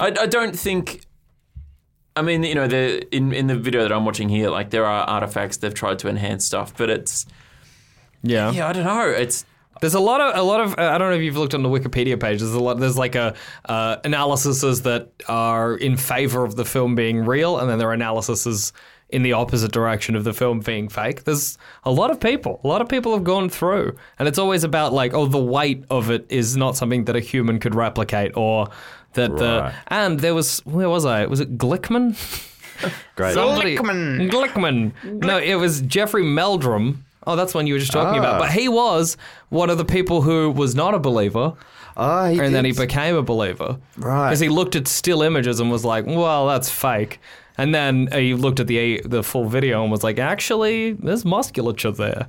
Speaker 5: I, I don't think. I mean, you know, the in in the video that I'm watching here, like there are artifacts they've tried to enhance stuff, but it's
Speaker 6: Yeah.
Speaker 5: yeah, I don't know. It's
Speaker 6: There's a lot of a lot of uh, I don't know if you've looked on the Wikipedia page. There's a lot. There's like a uh, analyses that are in favor of the film being real, and then there are analyses in the opposite direction of the film being fake. There's a lot of people. A lot of people have gone through, and it's always about like, oh, the weight of it is not something that a human could replicate, or that the
Speaker 4: Right.
Speaker 6: and there was where was I? Was it Glickman?
Speaker 4: Great.
Speaker 6: Somebody-
Speaker 2: Glickman.
Speaker 6: Glickman. No, it was Jeffrey Meldrum. Oh, that's one you were just talking about. But he was one of the people who was not a believer,
Speaker 4: Ah, he
Speaker 6: and then he
Speaker 4: did.
Speaker 6: became a believer.
Speaker 4: Right.
Speaker 6: Because he looked at still images and was like, "Well, that's fake." And then he looked at the the full video and was like, "Actually, there's musculature there."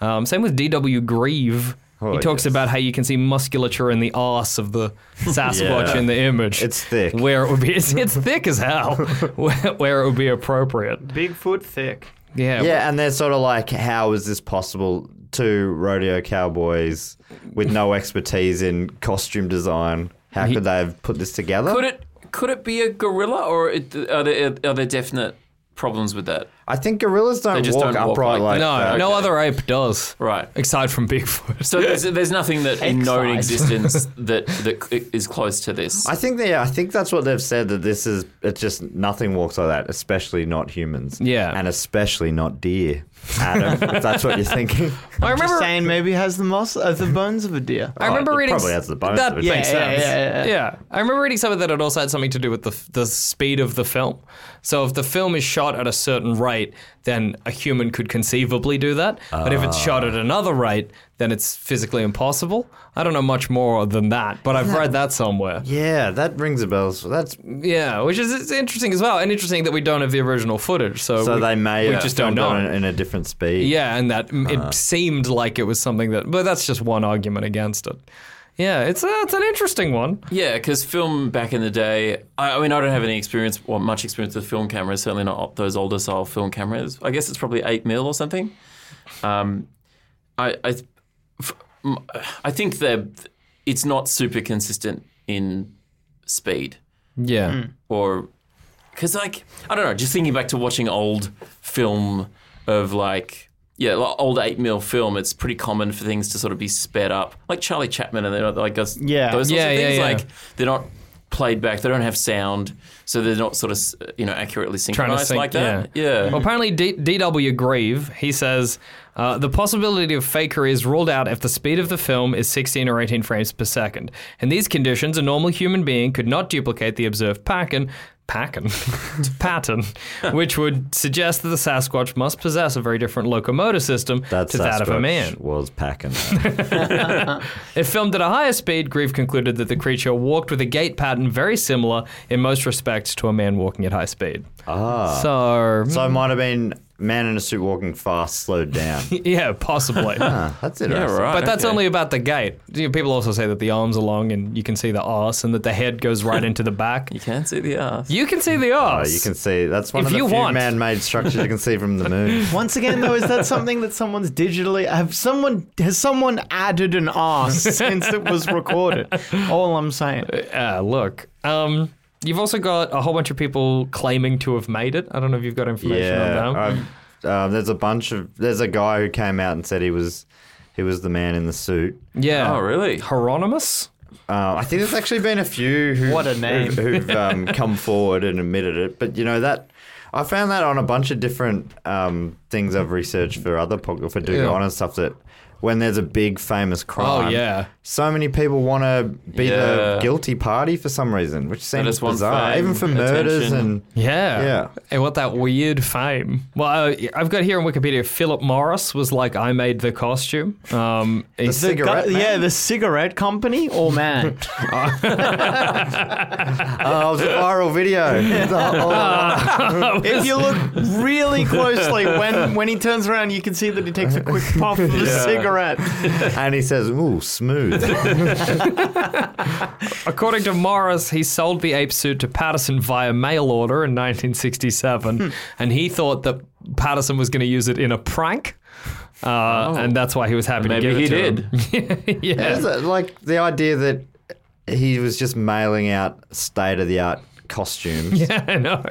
Speaker 6: Um, same with D.W. Grieve.
Speaker 4: Oh,
Speaker 6: he talks
Speaker 4: yes.
Speaker 6: about how you can see musculature in the arse of the Sasquatch
Speaker 4: Yeah.
Speaker 6: in the image.
Speaker 4: It's thick.
Speaker 6: Where it would be, it's, it's thick as hell. Where, where it would be appropriate.
Speaker 2: Bigfoot thick.
Speaker 6: Yeah.
Speaker 4: Yeah, and they're sort of like, how is this possible? Two rodeo cowboys with no expertise in costume design. How could they have put this together?
Speaker 5: could it could it be a gorilla or it, are there are there definite problems with that?
Speaker 4: I think gorillas don't
Speaker 5: They
Speaker 4: walk
Speaker 5: just don't walk
Speaker 4: upright like,
Speaker 5: like
Speaker 6: No,
Speaker 4: that.
Speaker 6: no other ape does.
Speaker 5: Right.
Speaker 6: Aside from Bigfoot.
Speaker 5: So there's, there's nothing that in known
Speaker 6: Excise.
Speaker 5: existence that that is close to this.
Speaker 4: I think they, I think that's what they've said that this is. It's just nothing walks like that, especially not humans.
Speaker 6: Yeah.
Speaker 4: and especially not deer. Adam, if that's what you're thinking.
Speaker 6: I
Speaker 2: Just
Speaker 6: remember.
Speaker 2: saying, maybe has the mus- uh, the bones of a deer.
Speaker 6: I remember
Speaker 4: Uh, it
Speaker 6: reading
Speaker 4: probably
Speaker 6: s-
Speaker 4: has the bones
Speaker 6: that-
Speaker 4: of it.
Speaker 6: yeah,
Speaker 4: Makes
Speaker 6: yeah,
Speaker 2: sense.
Speaker 6: Yeah, yeah, yeah. Yeah. I remember reading something that it also had something to do with the f- the speed of the film. So if the film is shot at a certain rate, then a human could conceivably do that. But if it's shot
Speaker 4: Ah.
Speaker 6: at another rate, then it's physically impossible. I don't know much more than that, but I've read that somewhere.
Speaker 4: Yeah, that rings a bell. So that's
Speaker 6: Yeah, which is it's interesting as well, and interesting that we don't have the original footage. So
Speaker 4: so
Speaker 6: we,
Speaker 4: they may
Speaker 6: we
Speaker 4: have
Speaker 6: just don't
Speaker 4: filmed
Speaker 6: know.
Speaker 4: it in, in a different speed.
Speaker 6: Yeah, and that m it seemed like it was something that, but that's just one argument against it. Yeah, it's a, it's an interesting one.
Speaker 5: yeah, because film back in the day, I, I mean, I don't have any experience, well, much experience with film cameras. Certainly not those older style film cameras. I guess it's probably eight mil or something. Um, I, I f- m- I think that it's not super consistent in speed
Speaker 6: Yeah.
Speaker 5: Hmm. or because like I don't know. Just thinking back to watching old film of like. Yeah, like old eight mil film. It's pretty common for things to sort of be sped up, like Charlie Chaplin and they're like those,
Speaker 2: Yeah.
Speaker 5: those sorts
Speaker 6: Yeah,
Speaker 5: of
Speaker 6: yeah,
Speaker 5: things.
Speaker 6: yeah.
Speaker 5: Like they're not played back. They don't have sound, so they're not sort of you know accurately synchronized
Speaker 6: sync, Oh,
Speaker 5: like that. Yeah,
Speaker 6: Well, apparently, D- DW Grieve, he says uh, the possibility of fakery is ruled out if the speed of the film is 16 or 18 frames per second. In these conditions, a normal human being could not duplicate the observed pattern. Pattern, pattern, which would suggest that the Sasquatch must possess a very different locomotor system
Speaker 4: That
Speaker 6: to that of a
Speaker 4: Sasquatch
Speaker 6: man.
Speaker 4: was packing.
Speaker 6: If filmed at a higher speed, Grieve concluded that the creature walked with a gait pattern very similar in most respects to a man walking at high speed. Ah. So,
Speaker 4: so it might have been man in a suit walking fast, slowed down.
Speaker 6: yeah, possibly.
Speaker 4: Ah, that's
Speaker 5: yeah,
Speaker 4: interesting.
Speaker 5: right.
Speaker 6: But that's
Speaker 5: okay.
Speaker 6: only about the gait. You know, People also say that the arms are long and you can see the arse and that the head goes right into the back.
Speaker 5: you can't see the ass.
Speaker 6: You can see the
Speaker 4: Oh,
Speaker 6: arse.
Speaker 4: you can see that's one
Speaker 6: If
Speaker 4: of the
Speaker 6: you
Speaker 4: few
Speaker 6: want.
Speaker 4: man-made structures you can see from the moon.
Speaker 2: Once again, though, is that something that someone's digitally have someone has someone added an ass since it was recorded? All I'm saying.
Speaker 6: Ah, look. Um, you've also got a whole bunch of people claiming to have made it. I don't know if you've got information on them.
Speaker 4: I've- um, there's a bunch of there's a guy who came out and said he was he was the man in the suit.
Speaker 6: yeah.
Speaker 5: Oh, really?
Speaker 6: Hieronymus?
Speaker 4: Uh, I think there's actually been a few who,
Speaker 2: What a name.
Speaker 4: who've, who've um, come forward and admitted it. But you know that I found that on a bunch of different um, things I've researched for other po- for Do
Speaker 6: Yeah.
Speaker 4: Go On and stuff that when there's a big famous
Speaker 5: Oh,
Speaker 4: crime,
Speaker 6: yeah.
Speaker 4: so many people want to be the
Speaker 5: Yeah.
Speaker 4: guilty party for some reason, which seems
Speaker 5: just want
Speaker 4: bizarre,
Speaker 5: fame,
Speaker 4: even for murders
Speaker 5: attention.
Speaker 4: and
Speaker 6: Yeah.
Speaker 4: Yeah.
Speaker 6: And what that weird fame. Well, uh, I've got here on Wikipedia Philip Morris was like, I made the costume. Um,
Speaker 4: the
Speaker 6: he's-
Speaker 4: cigarette.
Speaker 2: Gu-
Speaker 4: man.
Speaker 2: yeah, the cigarette company or man?
Speaker 4: Oh, it was a viral video.
Speaker 5: Ah.
Speaker 4: Oh,
Speaker 2: if you look really closely, when when he turns around, you can see that he takes a quick puff of the cigarette.
Speaker 4: and he says, "Ooh, smooth."
Speaker 6: According to Morris, he sold the ape suit to Patterson via mail order in 1967, and he thought that Patterson was going to use it in a prank, uh, and that's why he was happy to
Speaker 5: Maybe
Speaker 6: give it
Speaker 5: he
Speaker 6: to
Speaker 5: did.
Speaker 6: him. yeah.
Speaker 4: Is it, like the idea that he was just mailing out state of the art costumes. Yeah.
Speaker 6: I know.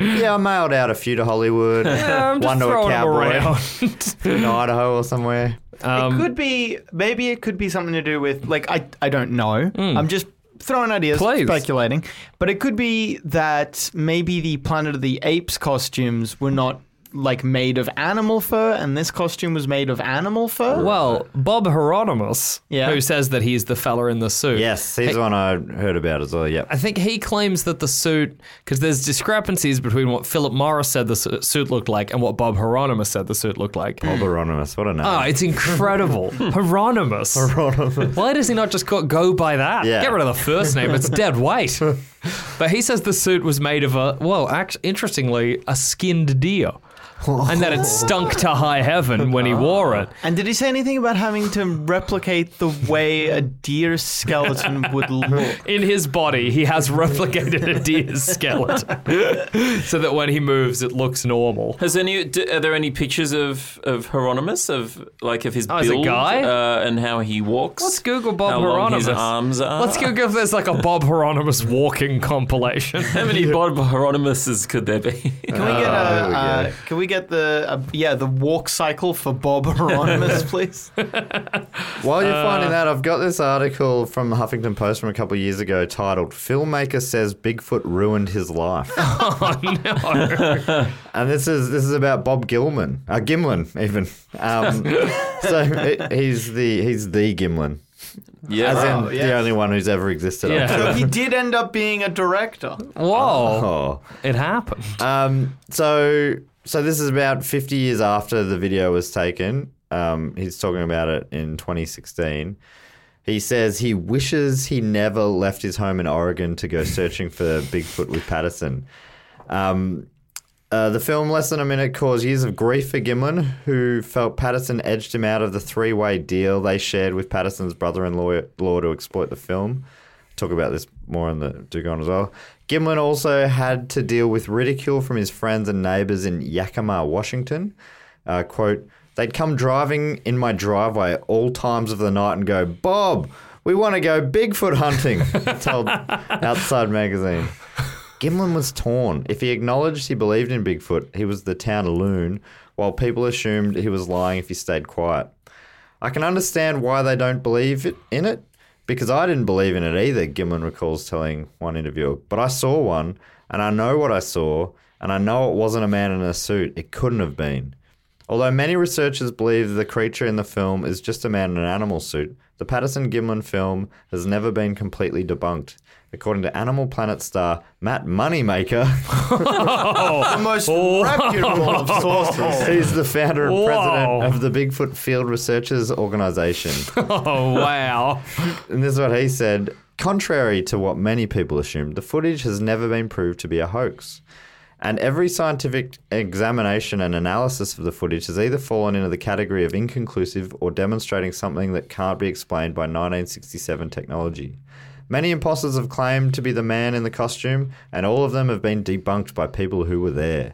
Speaker 4: I mailed out a few to Hollywood,
Speaker 6: I'm just
Speaker 4: one to a
Speaker 6: throwing him
Speaker 4: cowboy
Speaker 6: around.
Speaker 4: in Idaho or somewhere.
Speaker 6: Um,
Speaker 2: it could be maybe it could be something to do with like I I don't know. I'm just throwing ideas,
Speaker 6: Hmm. Please.
Speaker 2: speculating. But it could be that maybe the Planet of the Apes costumes were not like made of animal fur, and this costume was made of animal fur.
Speaker 6: well, Bob Hieronymus,
Speaker 2: Yeah.
Speaker 6: who says that he's the fella in the suit.
Speaker 4: Yes, he's the one I heard about as well. Yep.
Speaker 6: I think he claims that the suit, because there's discrepancies between what Philip Morris said the su- suit looked like and what Bob Hieronymus said the suit looked like.
Speaker 4: Hmm. Oberonymous, what a name.
Speaker 6: Oh, it's incredible. Hieronymus. Why does he not just call, go by that?
Speaker 4: Yeah.
Speaker 6: Get rid of the first name. It's dead weight. but he says the suit was made of a, well, act- interestingly, a skinned deer. and that it stunk to high heaven when he wore it.
Speaker 2: And did he say anything about having to replicate the way a deer skeleton would look?
Speaker 6: In his body, he has replicated a deer's skeleton so that when he moves, it looks normal.
Speaker 5: Has any? d are there any pictures of of Hieronymus of like of his
Speaker 6: Oh, as a
Speaker 5: build
Speaker 6: guy?
Speaker 5: Uh, and how he walks?
Speaker 6: Let's Google Bob
Speaker 5: how long
Speaker 6: Hieronymus.
Speaker 5: his arms are.
Speaker 6: Let's Google if there's like a Bob Hieronymus walking compilation.
Speaker 5: How many Bob Hieronymuses could there be?
Speaker 2: Can we get a,
Speaker 4: Ah, there we go.
Speaker 2: uh, can we get the uh, yeah the walk cycle for Bob Hieronymus, please?
Speaker 4: While you're
Speaker 6: uh,
Speaker 4: finding that, I've got this article from the Huffington Post from a couple of years ago titled "Filmmaker Says Bigfoot Ruined His Life."
Speaker 6: Oh.
Speaker 4: and this is this is about Bob Gilman, uh, Gimlin even. Um, so he- he's the he's the Gimlin,
Speaker 5: yeah,
Speaker 4: as
Speaker 5: right.
Speaker 4: in the only one who's ever existed. I'm
Speaker 6: Yeah.
Speaker 2: so he did end up being a director.
Speaker 5: Oh.
Speaker 6: Whoa,
Speaker 4: sure.
Speaker 6: it happened.
Speaker 4: Um, so so this is about 50 years after the video was taken. Um, he's talking about it in 2016. He says he wishes he never left his home in Oregon to go searching for Bigfoot with Patterson. Um, uh, the film, less than a minute, caused years of grief for Gimlin, who felt Patterson edged him out of the three way deal they shared with Patterson's brother in law to exploit the film. Talk about this more in the Dugon as well. Gimlin also had to deal with ridicule from his friends and neighbors in Yakima, Washington. Uh, quote, They'd come driving in my driveway at all times of the night and go, Bob, we want to go Bigfoot hunting, I told Outside Magazine. Gimlin was torn. If he acknowledged he believed in Bigfoot, he was the town loon, while people assumed he was lying if he stayed quiet. I can understand why they don't believe it, in it, because I didn't believe in it either, Gimlin recalls telling one interviewer. But I saw one, and I know what I saw, and I know it wasn't a man in a suit. It couldn't have been. Although many researchers believe the creature in the film is just a man in an animal suit, the Patterson Gimlin film has never been completely debunked. According to Animal Planet star Matt Moneymaker,
Speaker 2: the most
Speaker 4: Oh.
Speaker 2: reputable of sources.
Speaker 4: he's the founder and
Speaker 6: Whoa.
Speaker 4: president of the Bigfoot Field Researchers Organization.
Speaker 6: Oh wow!
Speaker 4: And this is what he said. Contrary to what many people assume, the footage has never been proved to be a hoax. And every scientific examination and analysis of the footage has either fallen into the category of inconclusive or demonstrating something that can't be explained by 1967 technology. Many imposters have claimed to be the man in the costume, and all of them have been debunked by people who were there.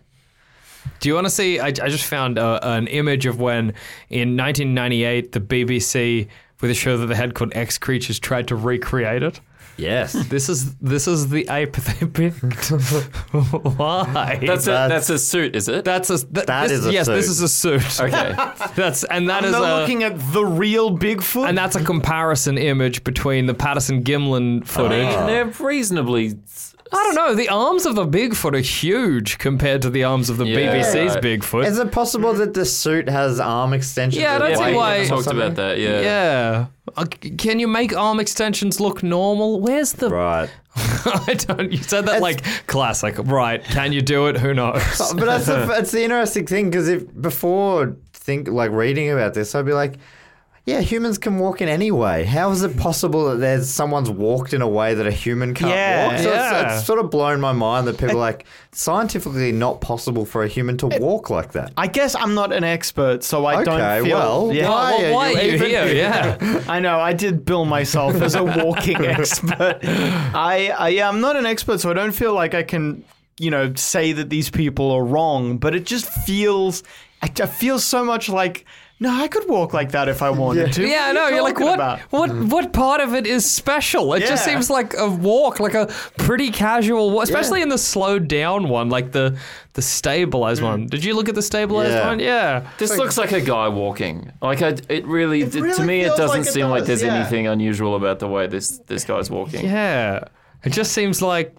Speaker 6: Do you want to see? I, I just found uh an image of when in 1998 the BBC with a show that they had called X Creatures tried to recreate it.
Speaker 4: Yes.
Speaker 6: This is this is the ape they picked. Why?
Speaker 5: That's, a,
Speaker 4: That's-
Speaker 5: that's a suit, is it?
Speaker 6: that's a th-
Speaker 4: That
Speaker 6: this,
Speaker 4: is a
Speaker 6: yes. This
Speaker 4: suit.
Speaker 6: is a suit.
Speaker 5: okay.
Speaker 6: That's and that is
Speaker 2: They're
Speaker 6: a-
Speaker 2: looking at the real Bigfoot.
Speaker 6: and that's a comparison image between the Patterson Gimlin footage.
Speaker 5: And they're reasonably.
Speaker 6: I don't know. The arms of the Bigfoot are huge compared to the arms of the
Speaker 5: Yeah,
Speaker 6: BBC's
Speaker 5: right.
Speaker 6: Bigfoot.
Speaker 4: Is it possible that the suit has arm extensions?
Speaker 6: Yeah, I
Speaker 4: and
Speaker 6: don't see
Speaker 4: legs
Speaker 6: why-
Speaker 4: or
Speaker 5: We talked
Speaker 4: something?
Speaker 5: about that, yeah.
Speaker 6: yeah. Uh, c- can you make arm extensions look normal? Where's the?
Speaker 4: Right.
Speaker 6: I don't. You said that like classic. Right? Can you do it? Who knows?
Speaker 4: but that's the, that's the interesting thing because if before think like reading about this, I'd be like, yeah, humans can walk in any way. How is it possible that there's someone's walked in a way that a human can't
Speaker 2: Yeah,
Speaker 4: walk? So it's,
Speaker 6: yeah.
Speaker 4: it's sort of blown my mind that people are like scientifically not possible for a human to walk like that.
Speaker 2: I guess I'm not an expert, so I
Speaker 4: Okay,
Speaker 2: don't feel.
Speaker 4: well,
Speaker 2: yeah.
Speaker 4: why
Speaker 6: Well,
Speaker 4: are
Speaker 6: why
Speaker 4: you
Speaker 6: are you
Speaker 4: even
Speaker 6: here?
Speaker 4: here?
Speaker 6: Yeah.
Speaker 2: I know. I did bill myself as a walking expert. I, I yeah, I'm not an expert, so I don't feel like I can, you know, say that these people are wrong. But it just feels, I, I feel so much like, no, I could walk like that if I wanted to.
Speaker 6: Yeah,
Speaker 2: What
Speaker 6: I
Speaker 2: are
Speaker 6: know.
Speaker 2: you
Speaker 6: You're like,
Speaker 2: talking
Speaker 6: what?
Speaker 2: about?
Speaker 6: What? What part of it is special? It just
Speaker 2: Yeah.
Speaker 6: seems like a walk, like a pretty casual walk, especially in the slowed down one, like the the stabilized one. Did you look at the stabilized
Speaker 4: Hmm. Yeah.
Speaker 6: one? Yeah.
Speaker 5: This looks like a guy walking. Like I, it really,
Speaker 2: It
Speaker 5: to
Speaker 2: really
Speaker 5: me, it
Speaker 2: feels
Speaker 5: doesn't
Speaker 2: like it
Speaker 5: seem like
Speaker 2: does,
Speaker 5: there's
Speaker 2: yeah.
Speaker 5: anything unusual about the way this this guy's walking.
Speaker 6: Yeah. It just seems like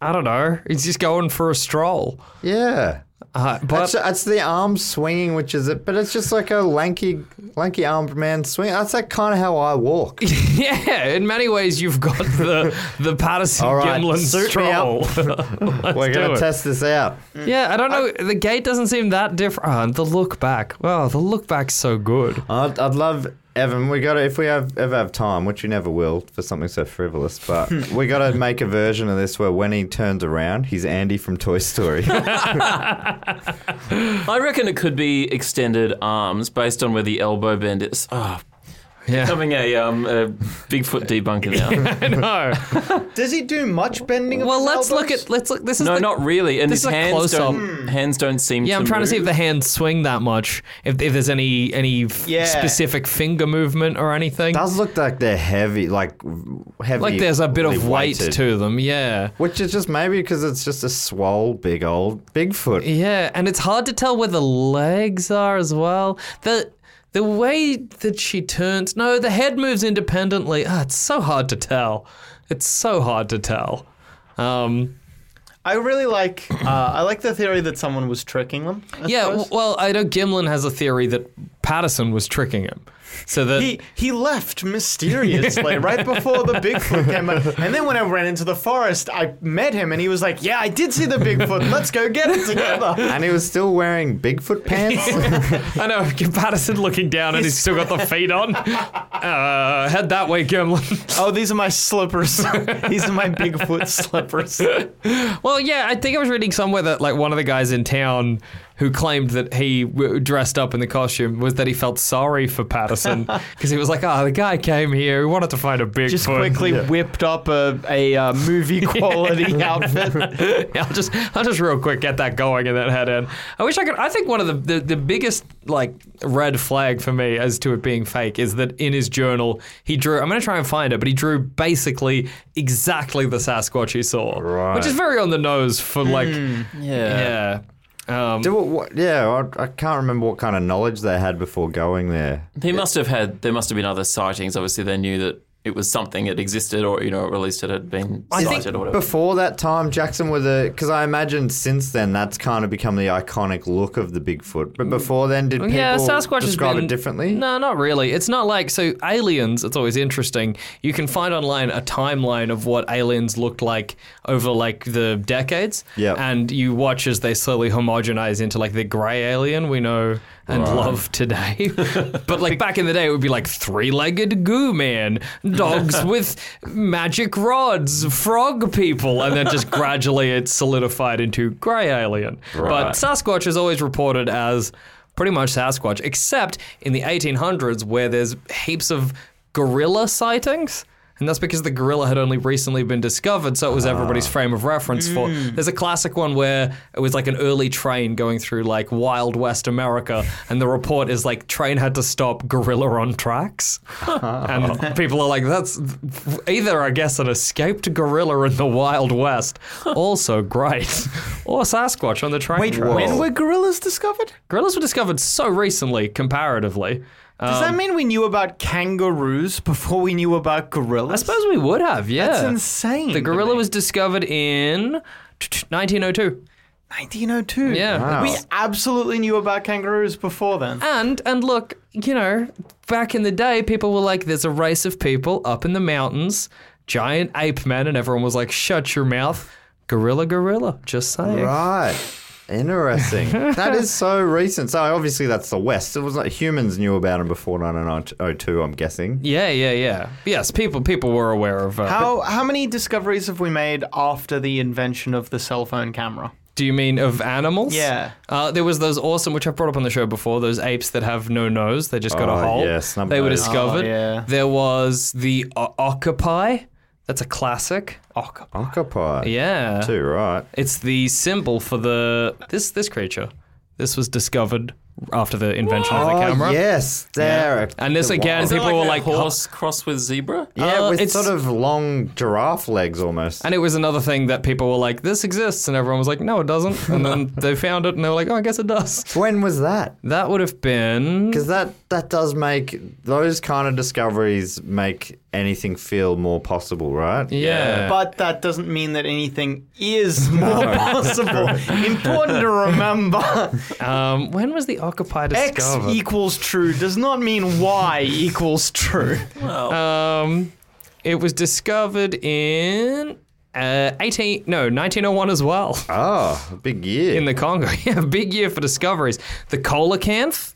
Speaker 6: I don't know. He's just going for a stroll.
Speaker 4: Yeah.
Speaker 6: Uh,
Speaker 4: It's,
Speaker 6: but
Speaker 4: it's the arm swinging, which is it, but it's just like a lanky, lanky armed man swing. That's like kind of how I walk.
Speaker 6: yeah, in many ways, you've got the the Patterson
Speaker 4: All right,
Speaker 6: Gimlin
Speaker 4: suit me
Speaker 6: stroll.
Speaker 4: up.
Speaker 6: Let's
Speaker 4: We're
Speaker 6: do
Speaker 4: gonna
Speaker 6: it.
Speaker 4: test this out.
Speaker 6: yeah, I don't know. the gate doesn't seem that different. Oh, and the look back. Wow, the look back's so good.
Speaker 4: I'd, I'd love Evan. We got to if we have, ever have time, which you never will for something so frivolous, but we got to make a version of this where when he turns around, he's Andy from Toy Story.
Speaker 5: I reckon it could be extended arms based on where the elbow bend is. Oh,
Speaker 6: Yeah.
Speaker 5: becoming a um a Bigfoot debunker now.
Speaker 6: no.
Speaker 2: Does he do much bending? of
Speaker 6: Well,
Speaker 2: his
Speaker 6: let's look
Speaker 2: elbows?
Speaker 6: at let's look. This is
Speaker 5: no,
Speaker 6: the,
Speaker 5: not really. And
Speaker 6: this
Speaker 5: his
Speaker 6: is a
Speaker 5: hands
Speaker 6: close-up.
Speaker 5: don't hands don't seem.
Speaker 6: Yeah,
Speaker 5: to
Speaker 6: I'm trying to see if
Speaker 5: move.
Speaker 6: the hands swing that much. If, if there's any any f-
Speaker 2: Yeah.
Speaker 6: specific finger movement or anything.
Speaker 4: Does look like they're heavy, like heavy.
Speaker 6: like there's a bit of weight
Speaker 4: weighted.
Speaker 6: to them. Yeah.
Speaker 4: Which is just maybe because it's just a swole, big old Bigfoot.
Speaker 6: Yeah, and it's hard to tell where the legs are as well. The the way that she turns, no, the head moves independently. Ah, it's so hard to tell. It's so hard to tell. Um,
Speaker 2: I really like. Uh, I like the theory that someone was tricking them. I
Speaker 6: yeah,
Speaker 2: suppose.
Speaker 6: w- well, I know Gimlin has a theory that Patterson was tricking him, so that
Speaker 2: He he left mysteriously right before the Bigfoot came up. And then when I ran into the forest, I met him and he was like, Yeah, I did see the Bigfoot. Let's go get it together.
Speaker 4: And he was still wearing Bigfoot pants.
Speaker 6: I know Patterson looking down and he's still got the feet on. Uh, head that way, Gimlin.
Speaker 2: Oh, these are my slippers. these are my Bigfoot slippers.
Speaker 6: Well, yeah, I think I was reading somewhere that like one of the guys in town who claimed that he w- dressed up in the costume was that he felt sorry for person because he was like, oh, the guy came here. He wanted to find a Bigfoot.
Speaker 2: Just quickly whipped up a, a uh, movie quality outfit.
Speaker 6: yeah, I'll just I'll just real quick get that going and then head in. I wish I could. I think one of the, the the biggest like red flag for me as to it being fake is that in his journal he drew. I'm gonna try and find it, but he drew basically exactly the Sasquatch he saw,
Speaker 4: Right.
Speaker 6: which is very on the nose for like
Speaker 5: Yeah.
Speaker 6: Hmm, yeah. Um,
Speaker 4: Do what, what, yeah, I, I can't remember what kind of knowledge they had before going there.
Speaker 5: He must have had. There must have been other sightings. Obviously, they knew that it was something that existed, or you know, at least it had been sighted or whatever.
Speaker 4: Before that time, Jackson was a because I imagine since then that's kind of become the iconic look of the Bigfoot. But before then, did people
Speaker 6: Mm. yeah, Sasquatch has
Speaker 4: describe
Speaker 6: been,
Speaker 4: it differently?
Speaker 6: No, not really. It's not like so aliens. It's always interesting. You can find online a timeline of what aliens looked like over like the decades.
Speaker 4: Yeah.
Speaker 6: and you watch as they slowly homogenize into like the grey alien we know and love today. but like back in the day, it would be like three-legged goo man, dogs with magic rods, frog people, and then just gradually it solidified into grey alien. But Sasquatch is always reported as pretty much Sasquatch, except in the 1800s where there's heaps of gorilla sightings. And that's because the gorilla had only recently been discovered, so it was everybody's
Speaker 2: Ah.
Speaker 6: frame of reference for.
Speaker 2: Mm.
Speaker 6: There's a classic one where it was like an early train going through like wild west America, and the report is like train had to stop gorilla on tracks, and people are like, that's either I guess an escaped gorilla in the wild west, also great, or Sasquatch on the train.
Speaker 2: Wait,
Speaker 6: tracks.
Speaker 2: when were gorillas discovered?
Speaker 6: Gorillas were discovered so recently, comparatively.
Speaker 2: Does that mean we knew about kangaroos before we knew about gorillas?
Speaker 6: I suppose we would have, yeah.
Speaker 2: That's insane
Speaker 6: The
Speaker 2: to
Speaker 6: gorilla
Speaker 2: me.
Speaker 6: was discovered in 1902.
Speaker 2: 1902.
Speaker 6: Yeah. Wow.
Speaker 4: Oh.
Speaker 2: We absolutely knew about kangaroos before then.
Speaker 6: And and look, you know, back in the day, people were like, "There's a race of people up in the mountains, giant ape men," and everyone was like, "Shut your mouth, gorilla, gorilla." Just saying.
Speaker 4: Right. Interesting. that is so recent. So obviously that's the West. It was like humans knew about them before 1902, I'm guessing.
Speaker 6: Yeah, yeah, yeah. Yes, people people were aware of. Uh,
Speaker 2: How how many discoveries have we made after the invention of the cell phone camera?
Speaker 6: Do you mean of animals?
Speaker 2: Yeah.
Speaker 6: Uh, there was those awesome, which I've brought up on the show before, those apes that have no nose. They just got a
Speaker 4: Oh,
Speaker 6: hole.
Speaker 4: yeah, snub
Speaker 6: they were
Speaker 4: nose.
Speaker 6: discovered.
Speaker 2: Oh, yeah.
Speaker 6: There was the o- octopi. That's a classic. Octopi.
Speaker 4: Occupy.
Speaker 6: Yeah.
Speaker 4: Too, right.
Speaker 6: It's the symbol for the this this creature. This was discovered after the invention of the
Speaker 4: Oh,
Speaker 6: camera.
Speaker 4: yes. There.
Speaker 6: And this again,
Speaker 5: Is that
Speaker 6: people were
Speaker 5: a
Speaker 6: like,
Speaker 5: horse cross with zebra.
Speaker 4: Yeah,
Speaker 6: Uh,
Speaker 4: with
Speaker 6: it's-
Speaker 4: sort of long giraffe legs almost.
Speaker 6: And it was another thing that people were like, this exists. And everyone was like, no, it doesn't. And then they found it and they were like, oh, I guess it does.
Speaker 4: when was that?
Speaker 6: That would have been.
Speaker 4: Because that, that does make those kind of discoveries make anything feel more possible, right?
Speaker 6: Yeah.
Speaker 2: But that doesn't mean that anything is more possible. Important to remember.
Speaker 6: Um, when was the Occupy
Speaker 2: X
Speaker 6: discovered?
Speaker 2: equals true does not mean Y equals true.
Speaker 6: um, it was discovered in uh, 18 no 1901 as well
Speaker 4: Oh, a big year.
Speaker 6: in the Congo. Yeah, big year for discoveries. The coelacanth.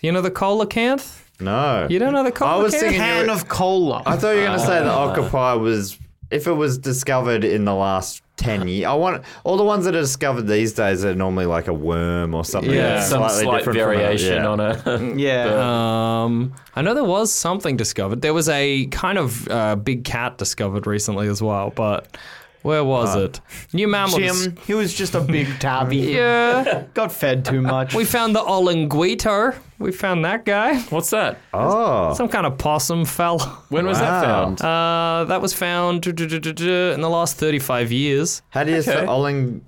Speaker 6: You know the coelacanth?
Speaker 4: no.
Speaker 6: You don't know the coelacanth?
Speaker 4: I was thinking you
Speaker 2: Can
Speaker 4: were-
Speaker 2: of cola.
Speaker 4: I thought you were going to say that Occupy was, if it was discovered in the last 10 years, I want, all the ones that are discovered these days are normally like a worm or something.
Speaker 6: Yeah.
Speaker 4: that's
Speaker 5: Some
Speaker 4: slightly
Speaker 5: slight
Speaker 4: different from a-
Speaker 5: variation
Speaker 4: yeah.
Speaker 5: on a.
Speaker 2: yeah.
Speaker 6: Um, I know there was something discovered. There was a kind of uh, big cat discovered recently as well, but where was
Speaker 4: Uh,
Speaker 6: it? New mammals.
Speaker 2: Jim, he was just a big tabby.
Speaker 6: Yeah,
Speaker 2: Got fed too much.
Speaker 6: we found the olinguito. We found that guy. Uh,
Speaker 5: What's that?
Speaker 4: Oh,
Speaker 6: Some kind of possum fella.
Speaker 5: When was that
Speaker 4: Wow.
Speaker 5: found?
Speaker 6: Uh, that was found in the last 35 years.
Speaker 4: how do you say Oling?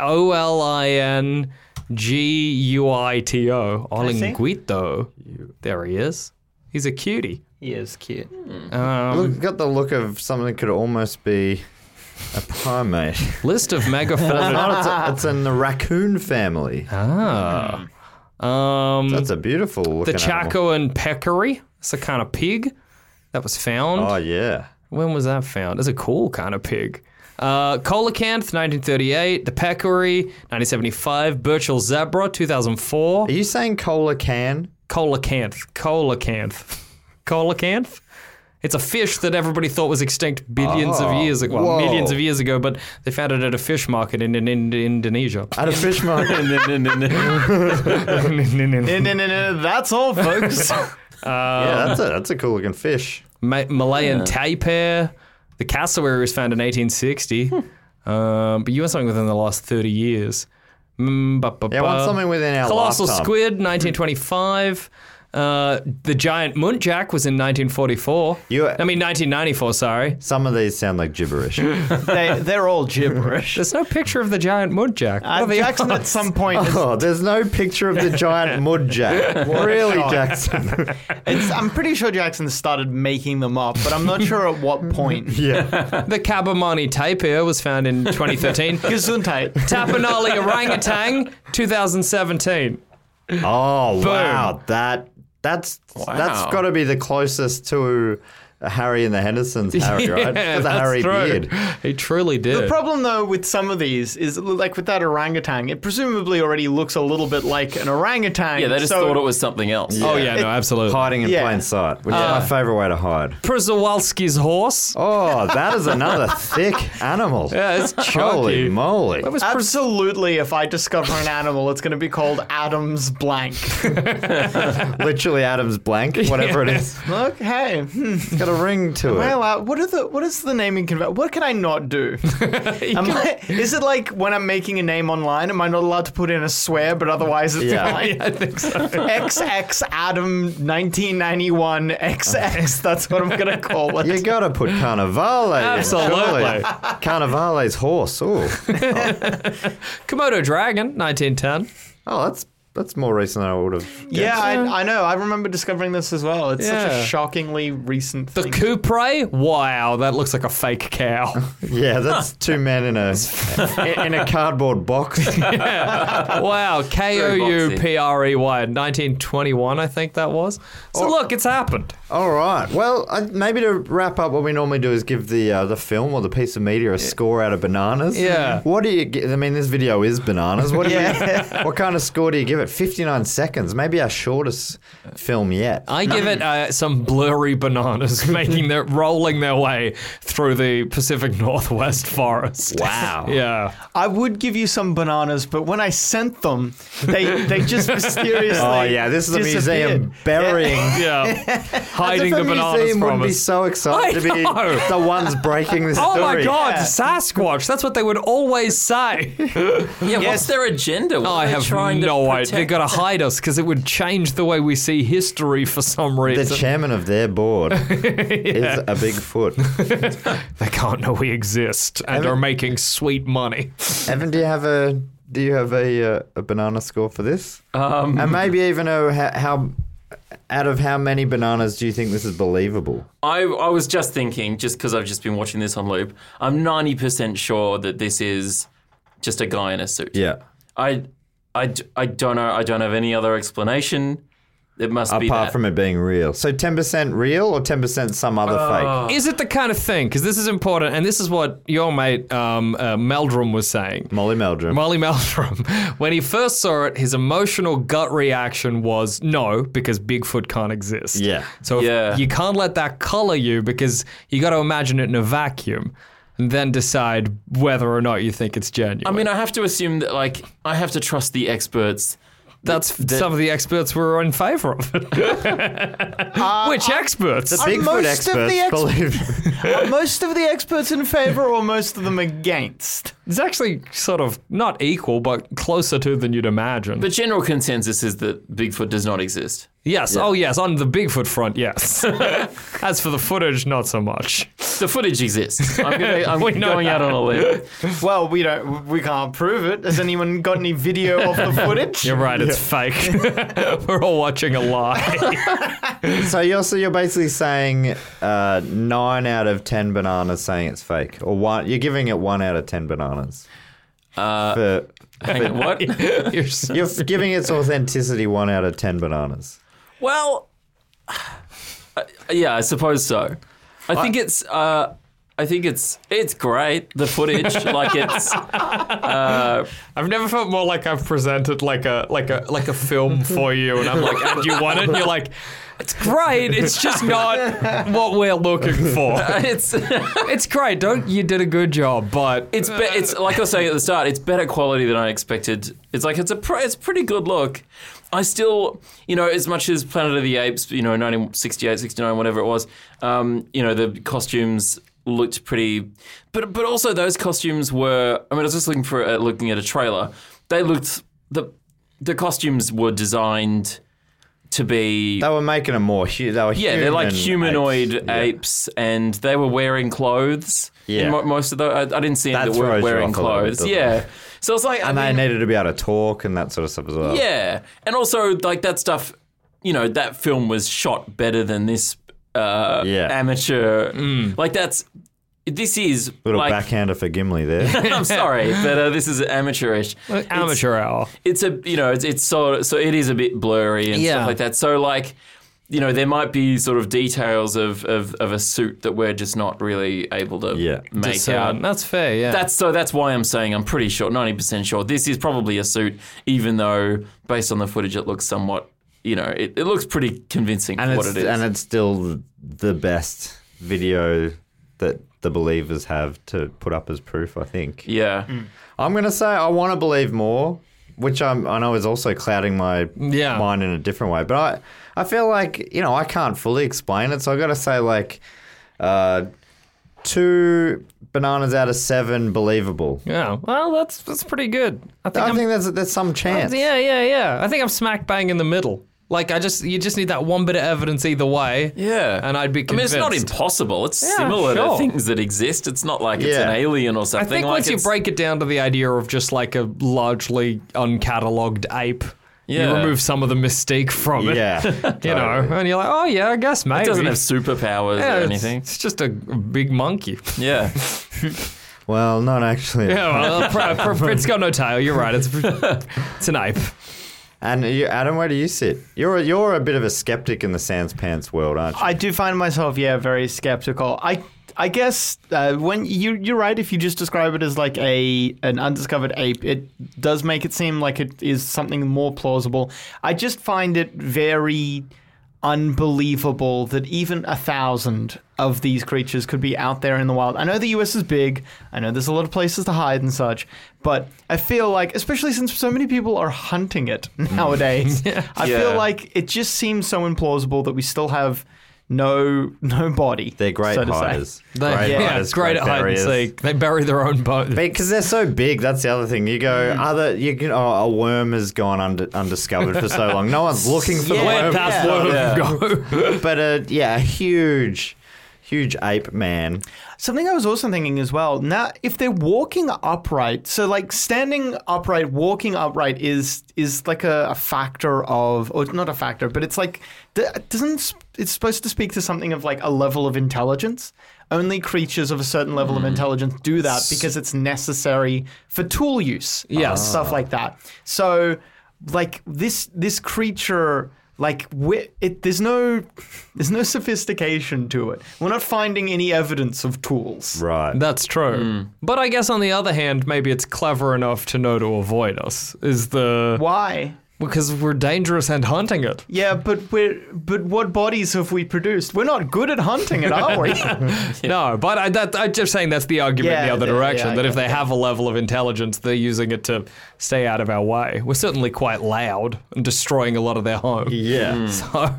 Speaker 6: O L I N G U I T O.
Speaker 2: see?
Speaker 6: Olinguito. There he is. He's a cutie.
Speaker 2: He is cute.
Speaker 4: Look, got the look of something that could almost be a primate.
Speaker 6: List of megafauna.
Speaker 4: Not, it's, a- it's in the raccoon family.
Speaker 6: ah. Um,
Speaker 4: That's a beautiful
Speaker 6: the
Speaker 4: looking animal.
Speaker 6: Chaco and Peccary. It's a kind of pig that was found.
Speaker 4: Oh, yeah.
Speaker 6: When was that found? It's a cool kind of pig. Uh, Coelacanth, 1938. The Peccary, 1975. Birchall Zebra, 2004.
Speaker 4: Are you saying cola can?
Speaker 6: Coelacanth. Coelacanth. Coelacanth? It's a fish that everybody thought was extinct billions of years ago, well,
Speaker 4: whoa.
Speaker 6: millions of years ago, but they found it at a fish market in, in, in Indonesia.
Speaker 4: At a fish market.
Speaker 2: No, no, no, no. That's all, folks.
Speaker 6: Um,
Speaker 4: yeah, that's a that's a cool looking fish.
Speaker 6: Ma- Malayan tapir. The cassowary was found in 1860,
Speaker 4: Hmm.
Speaker 6: um, but you want something within the last 30 years. Mm, ba- ba-
Speaker 4: Yeah, I want
Speaker 6: ba.
Speaker 4: something within our
Speaker 6: Colossal
Speaker 4: lifetime.
Speaker 6: squid, 1925. Uh, the giant muntjac was in 1944.
Speaker 4: You-
Speaker 6: I mean 1994. Sorry.
Speaker 4: Some of these sound like gibberish.
Speaker 2: They, they're all gibberish.
Speaker 6: There's no picture of the giant muntjac. What
Speaker 2: Uh,
Speaker 6: are the
Speaker 2: Jackson at
Speaker 6: odds?
Speaker 2: some point. is-
Speaker 4: oh, there's no picture of the giant mud jack. really, Jackson?
Speaker 2: It's, I'm pretty sure Jackson started making them up, but I'm not sure at what point.
Speaker 4: yeah.
Speaker 6: The Kabamani tapir was found in 2013.
Speaker 2: Gesundheit.
Speaker 6: Tapanali orangutan, 2017.
Speaker 4: Oh wow, that that's that's
Speaker 5: Wow.
Speaker 4: got to be the closest to Harry and the Hendersons, Harry, right?
Speaker 6: Yeah,
Speaker 4: With the
Speaker 6: that's
Speaker 4: Harry
Speaker 6: true.
Speaker 4: beard.
Speaker 6: He truly did.
Speaker 2: The problem, though, with some of these is like with that orangutan, it presumably already looks a little bit like an orangutan.
Speaker 5: Yeah, they just
Speaker 2: so-
Speaker 5: thought it was something else.
Speaker 6: oh yeah, no, absolutely.
Speaker 4: Hiding in
Speaker 2: Yeah.
Speaker 4: plain sight, which is my favorite way to hide.
Speaker 6: Przewalski's horse.
Speaker 4: Uh, Oh, that is another thick animal.
Speaker 6: Yeah, it's
Speaker 4: Holy
Speaker 6: chunky.
Speaker 4: moly.
Speaker 6: That was pres-
Speaker 2: Absolutely, if I discover an animal, it's going to be called Adam's Blank.
Speaker 4: Literally Adam's blank, whatever it is.
Speaker 2: okay. Hmm.
Speaker 4: It's got a ring to
Speaker 2: Well,
Speaker 4: it.
Speaker 2: uh, what are the what is the naming convention? What can I not do? Am I- is it like when I'm making a name online? Am I not allowed to put in a swear? But otherwise, it's
Speaker 4: Yeah.
Speaker 2: fine. I think so. XX Adam 1991 XX. That's what I'm going to call it.
Speaker 4: You gotta put Carnivale. in,
Speaker 6: Absolutely.
Speaker 4: surely. Carnivale's horse. Ooh.
Speaker 6: Komodo dragon, 1910.
Speaker 4: Oh, that's that's more recent than I would have.
Speaker 2: Yeah, I, I know. I remember discovering this as well. It's such
Speaker 6: Yeah.
Speaker 2: a shockingly recent
Speaker 6: The
Speaker 2: thing.
Speaker 6: Cupre, wow, that looks like a fake cow.
Speaker 4: Yeah, that's two men in a in a cardboard box.
Speaker 6: wow, K O U P R E Y, 1921, I think that was. So look, it's happened.
Speaker 4: All right. Well, I, maybe to wrap up, what we normally do is give the uh, the film or the piece of media a score out of bananas.
Speaker 6: Yeah.
Speaker 4: What do you? gi- I mean, this video is bananas. What do
Speaker 2: Yeah.
Speaker 4: you? What kind of score do you give it? Fifty nine seconds. Maybe our shortest film yet.
Speaker 6: I give it uh, some blurry bananas making their rolling their way through the Pacific Northwest forest.
Speaker 4: Wow.
Speaker 6: Yeah.
Speaker 2: I would give you some bananas, but when I sent them, they they just mysteriously.
Speaker 4: Oh yeah, this is a museum burying.
Speaker 6: Yeah. Hiding
Speaker 4: As
Speaker 6: the
Speaker 4: if a
Speaker 6: bananas
Speaker 4: museum would
Speaker 6: from
Speaker 4: be
Speaker 6: us.
Speaker 4: so excited to
Speaker 6: I
Speaker 4: be
Speaker 6: know.
Speaker 4: the ones breaking this
Speaker 6: Oh
Speaker 4: story.
Speaker 6: my god,
Speaker 2: Yeah.
Speaker 6: Sasquatch. That's what they would always say.
Speaker 5: Yeah, what's their agenda? What
Speaker 6: Oh, I
Speaker 5: are they
Speaker 6: have
Speaker 5: trying to
Speaker 6: no idea.
Speaker 5: protect?
Speaker 6: They've got to hide us because it would change the way we see history for some
Speaker 4: The
Speaker 6: reason.
Speaker 4: chairman of their board is a big foot.
Speaker 6: they can't know we exist and are making sweet money.
Speaker 4: Evan, do you have a do you have a uh, a banana score for this? Um, and maybe even know how, how out of how many bananas do you think this is believable?
Speaker 5: I, I was just thinking, just because I've just been watching this on loop, I'm 90% sure that this is just a guy in a suit.
Speaker 4: Yeah,
Speaker 5: I, I, d- I don't know. I don't have any other explanation. It must be
Speaker 4: apart
Speaker 5: that.
Speaker 4: from it being real. So ten percent real or ten percent some other fake?
Speaker 6: Is it the kind of thing? Because this is important, and this is what your mate um, uh, Meldrum was saying.
Speaker 4: Molly Meldrum.
Speaker 6: Molly Meldrum, when he first saw it, his emotional gut reaction was no, because Bigfoot can't exist.
Speaker 4: Yeah.
Speaker 6: So if-
Speaker 5: Yeah.
Speaker 6: you can't let that color you because you got to imagine it in a vacuum and then decide whether or not you think it's genuine.
Speaker 5: I mean, I have to assume that, like, I have to trust the experts.
Speaker 6: that's some of the experts were in favor of it. Which
Speaker 5: Uh,
Speaker 6: experts?
Speaker 4: Bigfoot
Speaker 2: most of the
Speaker 4: experts
Speaker 2: experts-
Speaker 4: believe.
Speaker 2: Are most of the experts in favor, or most of them against?
Speaker 6: It's actually sort of not equal, but closer to than you'd imagine.
Speaker 5: The general consensus is that Bigfoot does not exist.
Speaker 6: yes, oh yes, on the Bigfoot front, yes. As for the footage, not so much.
Speaker 5: The footage exists. I'm, gonna, I'm
Speaker 6: We know
Speaker 5: going out on a limb.
Speaker 2: Well, we don't. We can't prove it. Has anyone got any video of the footage?
Speaker 6: You're right, it's fake. We're all watching a lie.
Speaker 4: so you're so you're basically saying uh, nine out of ten bananas saying it's fake, or one. You're giving it one out of ten bananas. Uh, for,
Speaker 5: Hang on, what?
Speaker 6: You're so-
Speaker 4: you're giving its authenticity one out of ten bananas.
Speaker 5: Well, I- yeah, I suppose so. I think it's. Uh, I think it's it's great the footage like it's uh,
Speaker 6: I've never felt more like I've presented like a like a like a film for you, and I'm like, and you want it, and you're like, it's great. It's just not what we're looking for.
Speaker 5: it's
Speaker 6: It's great. Don't you did a good job, but
Speaker 5: It's be- it's like I was saying at the start. It's better quality than I expected. It's like it's a pre- it's a pretty good look. I still, you know, as much as Planet of the Apes, you know, 1968, 69, whatever it was, um, you know, the costumes looked pretty, but but also those costumes were. I mean, I was just looking for uh, looking at a trailer. They looked the the costumes were designed to be
Speaker 4: They were making them more. Hu- they were
Speaker 5: yeah, they're like
Speaker 4: human apes.
Speaker 5: humanoid apes,
Speaker 4: Yeah.
Speaker 5: and they were wearing clothes.
Speaker 4: Yeah.
Speaker 5: In mo- most of the, I, I didn't see any
Speaker 4: That
Speaker 5: that were
Speaker 4: throws you
Speaker 5: wearing
Speaker 4: off a little bit,
Speaker 5: clothes.
Speaker 4: doesn't
Speaker 5: Yeah. So it's like,
Speaker 4: And
Speaker 5: I
Speaker 4: they
Speaker 5: mean,
Speaker 4: needed to be able to talk and that sort of stuff as well.
Speaker 5: yeah, and also like that stuff. You know, that film was shot better than this uh,
Speaker 4: Yeah.
Speaker 5: amateur. Like that's this is
Speaker 4: Little
Speaker 5: like.
Speaker 4: backhander for Gimli there.
Speaker 5: I'm sorry, but uh, this is amateurish.
Speaker 6: Uh,
Speaker 5: It's-
Speaker 6: amateur hour.
Speaker 5: it's a you know it's, it's so so it is a bit blurry and
Speaker 7: Yeah.
Speaker 5: stuff like that. So like you know there might be sort of details of of, of a suit that we're just not really able to
Speaker 4: Yeah.
Speaker 5: make
Speaker 6: So,
Speaker 5: out.
Speaker 6: that's fair. Yeah.
Speaker 5: That's so that's why I'm saying I'm pretty sure, ninety percent sure this is probably a suit, even though based on the footage it looks somewhat you know it, it looks pretty convincing
Speaker 4: and
Speaker 5: for
Speaker 4: it's
Speaker 5: what it is.
Speaker 4: and it's still the best video that the believers have to put up as proof. I think.
Speaker 5: yeah,
Speaker 4: I'm gonna say I want to believe more, which I'm, I know is also clouding my
Speaker 6: Yeah.
Speaker 4: mind in a different way. But I, I feel like you know I can't fully explain it, so I gotta say like, uh, two bananas out of seven believable.
Speaker 6: yeah. Well, that's that's pretty good. I think.
Speaker 4: I
Speaker 6: I'm,
Speaker 4: think there's there's some chance.
Speaker 6: yeah, yeah, yeah. I think I'm smack bang in the middle. Like I just you just need that one bit of evidence either way.
Speaker 5: yeah,
Speaker 6: And I'd be
Speaker 5: I mean,
Speaker 6: convinced.
Speaker 5: it's not impossible. It's
Speaker 6: Yeah,
Speaker 5: similar
Speaker 6: sure.
Speaker 5: to things that exist. It's not like it's
Speaker 4: Yeah.
Speaker 5: an alien or
Speaker 6: I
Speaker 5: something.
Speaker 6: think
Speaker 5: like
Speaker 6: once you
Speaker 5: it's-
Speaker 6: break it down to the idea of just like a largely uncatalogued ape, you
Speaker 5: Yeah.
Speaker 6: remove some of the mystique from it.
Speaker 4: Yeah,
Speaker 6: You know, and you're like, oh yeah, I guess maybe.
Speaker 5: it doesn't have superpowers
Speaker 6: Yeah,
Speaker 5: or
Speaker 6: it's-
Speaker 5: anything.
Speaker 6: It's, just a big monkey.
Speaker 5: Yeah.
Speaker 4: Well, not actually.
Speaker 6: Yeah, well, pr- pr- Uh, it's got no tail. You're right. It's it's an ape.
Speaker 4: And you, Adam, where do you sit? You're a, you're a bit of a skeptic in the sans pants world, aren't you?
Speaker 2: I do find myself, yeah, very skeptical. I I guess uh, when you you're right. If you just describe it as like a an undiscovered ape, it does make it seem like it is something more plausible. I just find it very unbelievable that even a thousand of these creatures could be out there in the wild. I know the US is big. I know there's a lot of places to hide and such, but I feel like, especially since so many people are hunting it nowadays, I feel
Speaker 5: Yeah.
Speaker 2: like it just seems so implausible that we still have no no body.
Speaker 4: They're great
Speaker 2: so to say.
Speaker 4: hiders.
Speaker 6: They, yeah,
Speaker 4: hiders,
Speaker 6: great at hide and
Speaker 4: barriers.
Speaker 6: seek. They bury their own bones.
Speaker 4: Because they're so big, that's the other thing. You go other, you can, oh, a worm has gone under, undiscovered for so long. No one's looking for
Speaker 5: Yeah,
Speaker 4: the worm.
Speaker 5: that's
Speaker 4: Yeah.
Speaker 5: worm Yeah.
Speaker 4: But uh, yeah, a huge, huge ape man.
Speaker 2: Something I was also thinking as well. Now, if they're walking upright, so like standing upright, walking upright is is like a, a factor of, or not a factor, but it's like th- doesn't s- it's supposed to speak to something of like a level of intelligence. Only creatures of a certain level of intelligence do that because it's necessary for tool use, yeah, stuff like that. So, like this this creature like we it there's no there's no sophistication to it we're not finding any evidence of tools
Speaker 4: Right.
Speaker 6: That's true.
Speaker 5: Hmm.
Speaker 6: But I guess on the other hand, maybe it's clever enough to know to avoid us. Is the
Speaker 2: why
Speaker 6: because we're dangerous and hunting it.
Speaker 2: yeah but we're but what bodies have we produced we're not good at hunting it are we
Speaker 6: No, but I, that, I'm just saying that's the argument in
Speaker 2: Yeah,
Speaker 6: the other
Speaker 2: yeah,
Speaker 6: direction.
Speaker 2: yeah,
Speaker 6: that if
Speaker 2: yeah,
Speaker 6: they have a level of intelligence, they're using it to stay out of our way. We're certainly quite loud and destroying a lot of their home.
Speaker 4: yeah.
Speaker 6: Hmm. So,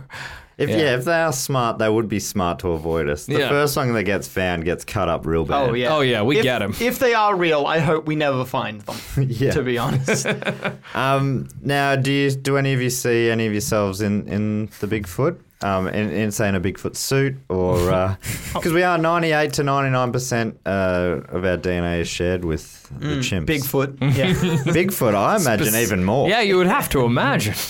Speaker 4: If yeah. if they are smart, they would be smart to avoid us. The
Speaker 6: Yeah.
Speaker 4: first one that gets found gets cut up real bad.
Speaker 2: oh yeah
Speaker 6: Oh, yeah, we
Speaker 2: If-
Speaker 6: get 'em.
Speaker 2: if they are real i hope we never find them
Speaker 4: Yeah.
Speaker 2: to be honest
Speaker 4: Um, now, do you do any of you see any of yourselves in in the Bigfoot? Um, in, in say in a Bigfoot suit, or
Speaker 6: Oh.
Speaker 4: because we are ninety eight to ninety nine percent uh, of our DNA is shared with
Speaker 6: Mm,
Speaker 4: the chimps.
Speaker 2: bigfoot yeah
Speaker 4: Bigfoot, I imagine even more.
Speaker 6: yeah, you would have to imagine.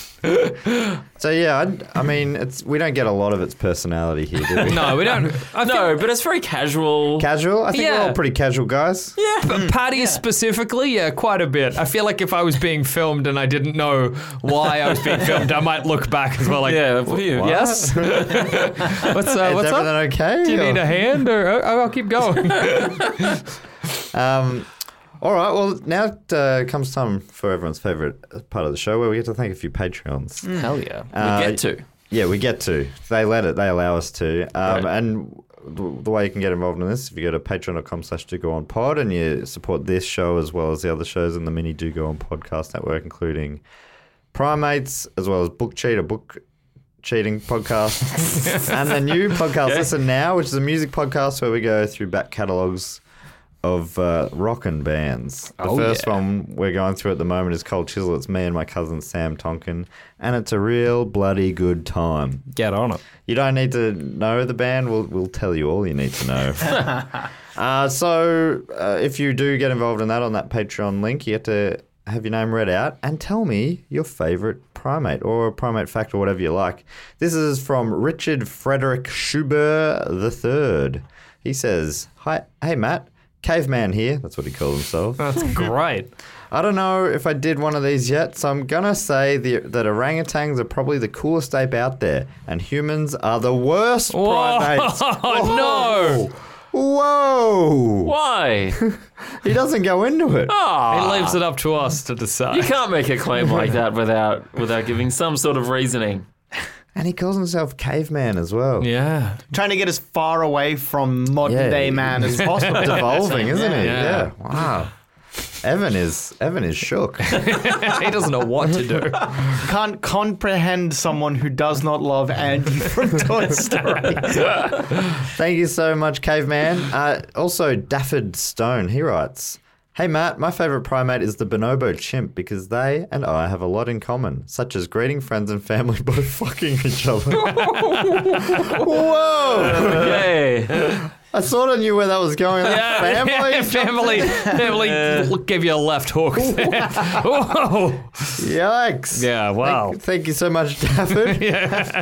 Speaker 4: So yeah, I'd- I, mean, it's we don't get a lot of its personality here, do we?
Speaker 6: No, we don't. I
Speaker 5: No, but it's very casual.
Speaker 4: Casual. I think
Speaker 6: Yeah.
Speaker 4: we're all pretty casual guys.
Speaker 6: Yeah,
Speaker 4: Hmm,
Speaker 6: but Patty specifically, yeah, quite a bit. I feel like if I was being filmed and I didn't know why I was being filmed, I might look back as well, like,
Speaker 5: yeah, what are you?
Speaker 6: yes, What's uh, what's
Speaker 4: Is everything
Speaker 6: up?
Speaker 4: okay?
Speaker 6: Do you need
Speaker 4: or-
Speaker 6: a hand, or oh, I'll keep going.
Speaker 4: Um, all right. Well, now uh, comes time for everyone's favorite part of the show, where we get to thank a few Patreons.
Speaker 6: Hell yeah!
Speaker 4: Uh,
Speaker 5: Hmm. we get to.
Speaker 4: Yeah, we get to. They let it. They allow us to. Um,
Speaker 5: Right.
Speaker 4: And th- the way you can get involved in this, if you go to patreon.com slash do go on pod and you support this show as well as the other shows in the mini do go on podcast network, including Primates, as well as Book Cheat, a book cheating podcast, and the new podcast Listen Now, which is a music podcast where we go through back catalogues of uh, rock and bands. The
Speaker 6: Oh,
Speaker 4: first one we're going through at the moment is Cold Chisel. It's me and my cousin Sam Tonkin, and it's a real bloody good time.
Speaker 6: Get on it.
Speaker 4: You don't need to know the band. We'll, we'll tell you all you need to know. uh, so uh, if you do get involved in that on that Patreon link, you get to have your name read out and tell me your favorite primate or primate fact or whatever you like. This is from Richard Frederick Schuber III. He says, "Hi, hey Matt, caveman here. That's what he calls himself.
Speaker 6: That's great.
Speaker 4: I don't know if I did one of these yet, so I'm gonna say the, that orangutans are probably the coolest ape out there, and humans are the worst primates.
Speaker 5: Oh, no.
Speaker 4: Whoa!
Speaker 5: Why?
Speaker 4: He doesn't go into it.
Speaker 6: He leaves it up to us to decide.
Speaker 5: You can't make a claim like that without without giving some sort of reasoning.
Speaker 4: And he calls himself caveman as well.
Speaker 6: Yeah.
Speaker 2: Trying to get as far away from modern
Speaker 4: Yeah.
Speaker 2: day man as possible.
Speaker 4: Evolving, isn't he?
Speaker 6: Yeah.
Speaker 4: Yeah. Wow. Evan is Evan is shook.
Speaker 6: he doesn't know what to do.
Speaker 2: Can't comprehend someone who does not love Andy from Toy Story.
Speaker 4: Thank you so much, Caveman. Uh, also, Dafford Stone, he writes Hey, Matt, my favorite primate is the bonobo chimp because they and I have a lot in common, such as greeting friends and family by fucking each other. Whoa!
Speaker 5: Yay.
Speaker 4: I sort of knew where that was going. family?
Speaker 6: family, family l- give you a left hook. there. Whoa.
Speaker 4: Yikes.
Speaker 6: Yeah, wow.
Speaker 4: Thank, thank you so much, Dafford.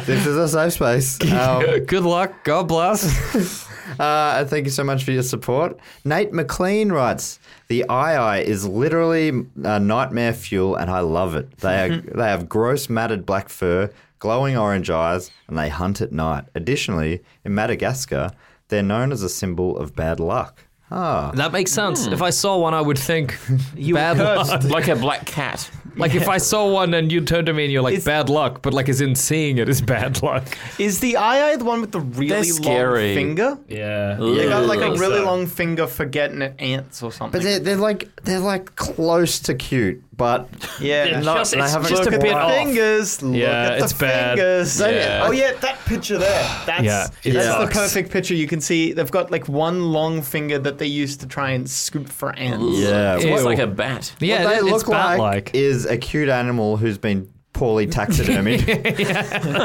Speaker 4: This is a safe space. Um,
Speaker 6: Good luck. God bless.
Speaker 4: Uh, and thank you so much for your support. Nate McLean writes, "The II is literally uh, nightmare fuel, and I love it. They are, they have gross matted black fur, glowing orange eyes, and they hunt at night. Additionally, in Madagascar, they're known as a symbol of bad luck. Ah,
Speaker 6: That makes sense. If I saw one, I would think bad luck.
Speaker 5: Like a black cat.
Speaker 6: Like if I saw one and you turned to me and you're like, bad luck, but like as in seeing it is bad luck.
Speaker 2: Is the eye the one with the really long
Speaker 5: scary.
Speaker 2: finger?
Speaker 6: Yeah.
Speaker 2: They got
Speaker 5: Ugh.
Speaker 2: like a
Speaker 5: Think
Speaker 2: really
Speaker 5: so.
Speaker 2: long finger for getting at ants or something.
Speaker 4: but they're, they're like they're like close to cute, but
Speaker 2: yeah,
Speaker 4: not.
Speaker 3: just-
Speaker 4: they
Speaker 3: it's
Speaker 4: haven't
Speaker 2: look
Speaker 4: quite-
Speaker 2: at the fingers. Look
Speaker 6: Yeah,
Speaker 2: at the
Speaker 6: it's bad.
Speaker 2: fingers.
Speaker 6: Yeah.
Speaker 2: Oh yeah, that picture there. That's
Speaker 6: Yeah, it
Speaker 2: that's the
Speaker 6: sucks.
Speaker 2: perfect picture. You can see they've got like one long finger that they use to try and scoop for ants.
Speaker 4: Yeah,
Speaker 5: It's
Speaker 4: what-
Speaker 5: like a bat.
Speaker 6: Yeah,
Speaker 4: what they
Speaker 6: it-
Speaker 4: look
Speaker 6: it's bad
Speaker 4: like,
Speaker 6: like.
Speaker 4: is a cute animal who's been poorly taxidermied.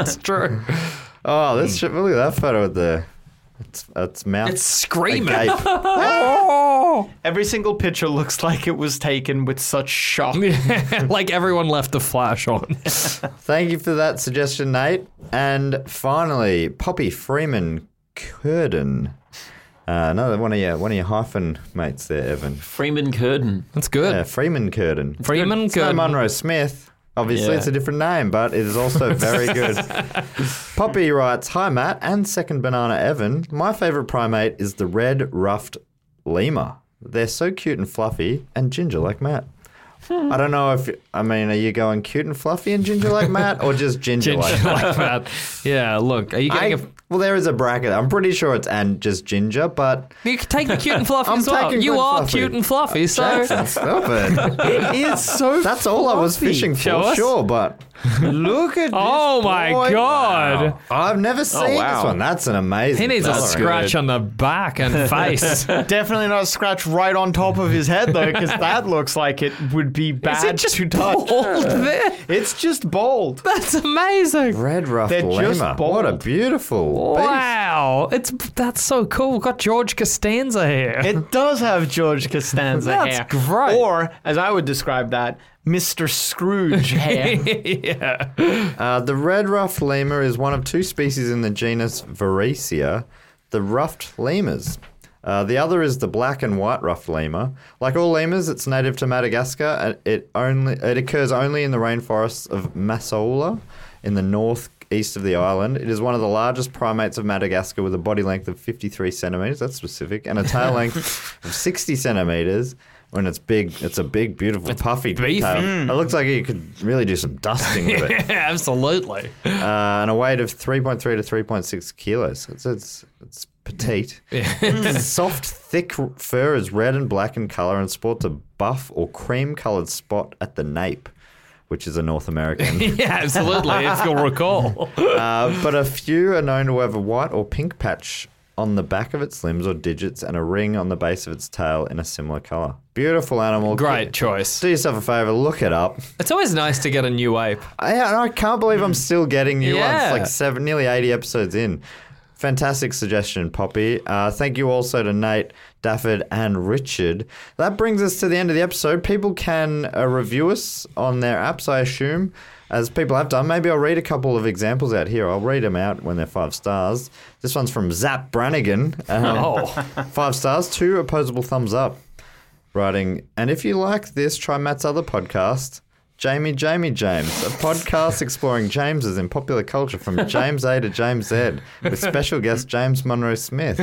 Speaker 6: It's true.
Speaker 4: Oh, this shit, look at that photo of the. It's, it's mouth.
Speaker 6: It's screaming.
Speaker 4: agape.
Speaker 2: Every single picture looks like it was taken with such shock.
Speaker 6: like everyone left the flash on.
Speaker 4: Thank you for that suggestion, Nate. And finally, Poppy Freeman Curden. Uh, another one of your one of your hyphen mates there, Evan.
Speaker 5: Freeman Curden.
Speaker 6: That's good.
Speaker 4: Yeah, Freeman Curden.
Speaker 6: Freeman
Speaker 4: It's no
Speaker 6: could.
Speaker 4: Monroe Smith. Obviously,
Speaker 5: Yeah.
Speaker 4: it's a different name, but it is also very good. Poppy writes Hi, Matt and second banana Evan. My favorite primate is the red ruffed lemur. They're so cute and fluffy and ginger like Matt. I don't know if, I mean, are you going cute and fluffy and ginger like Matt or just ginger
Speaker 6: Ginger
Speaker 4: like Matt?
Speaker 6: like that. Yeah, look, are you
Speaker 4: I-
Speaker 6: getting a
Speaker 4: well, there is a bracket. I'm pretty sure it's and just ginger, but
Speaker 6: You can take the cute and fluffy
Speaker 4: I'm
Speaker 6: as well.
Speaker 4: taking
Speaker 6: You
Speaker 4: good
Speaker 6: are
Speaker 4: fluffy.
Speaker 6: cute and fluffy, so
Speaker 4: Jackson, stop it.
Speaker 2: it is so.
Speaker 4: That's all I was fishing for,
Speaker 6: Show us.
Speaker 4: sure, but look at
Speaker 6: Oh my
Speaker 4: boy.
Speaker 6: god.
Speaker 4: I've
Speaker 2: Oh,
Speaker 4: never seen
Speaker 5: wow.
Speaker 4: this one. That's an amazing.
Speaker 6: He needs a
Speaker 4: colour.
Speaker 6: scratch on the back and face.
Speaker 2: Definitely not a scratch right on top of his head though, because that looks like it would be
Speaker 6: Is it
Speaker 2: bad
Speaker 6: just
Speaker 2: to touch.
Speaker 6: bald there?
Speaker 2: It's just bald.
Speaker 6: That's amazing.
Speaker 4: Red ruffed
Speaker 2: They're
Speaker 4: lemur.
Speaker 2: just bald.
Speaker 4: What a beautiful beast.
Speaker 6: Wow. It's that's so cool. We've got George Costanza here.
Speaker 2: It does have George Costanza
Speaker 6: That's
Speaker 2: hair.
Speaker 6: great.
Speaker 2: Or, as I would describe that, Mr. Scrooge hair.
Speaker 6: yeah.
Speaker 4: Uh, the red ruffed lemur is one of two species in the genus Varesia, the ruffed lemurs. Uh, the other is the black and white ruffed lemur. Like all lemurs, it's native to Madagascar. Uh, and It only it occurs only in the rainforests of Massoula in the north east of the island. It is one of the largest primates of Madagascar with a body length of 53 centimeters, that's specific, and a tail length of 60 centimeters. When it's big, it's a big, beautiful, puffy
Speaker 6: beefy.
Speaker 4: tail. It looks like you could really do some dusting with it.
Speaker 6: Yeah, absolutely.
Speaker 4: uh, and a weight of 3.3 to 3.6 kilos. It's it's, it's petite. Its soft, thick fur is red and black in color and sports a buff or cream colored spot at the nape, which is a North American.
Speaker 6: Yeah, absolutely. if you'll recall.
Speaker 4: uh, but a few are known to have a white or pink patch on the back of its limbs or digits and a ring on the base of its tail in a similar color. Beautiful animal.
Speaker 6: Great choice.
Speaker 4: Do yourself a favor, look it up.
Speaker 6: It's always nice to get a new ape.
Speaker 4: I, and I can't believe I'm still getting new
Speaker 6: Yeah.
Speaker 4: ones. Like seven, nearly 80 episodes in. Fantastic suggestion, Poppy. Uh, thank you also to Nate, Dafford, and Richard. That brings us to the end of the episode. People can uh, review us on their apps, I assume, as people have done. Maybe I'll read a couple of examples out here. I'll read them out when they're five stars. This one's from Zap Brannigan. Um, Five stars, two opposable thumbs up. Writing, and if you like this, try Matt's other podcast, Jamie Jamie James, a podcast exploring Jameses in popular culture from James A to James Z, with special guest James Monroe Smith.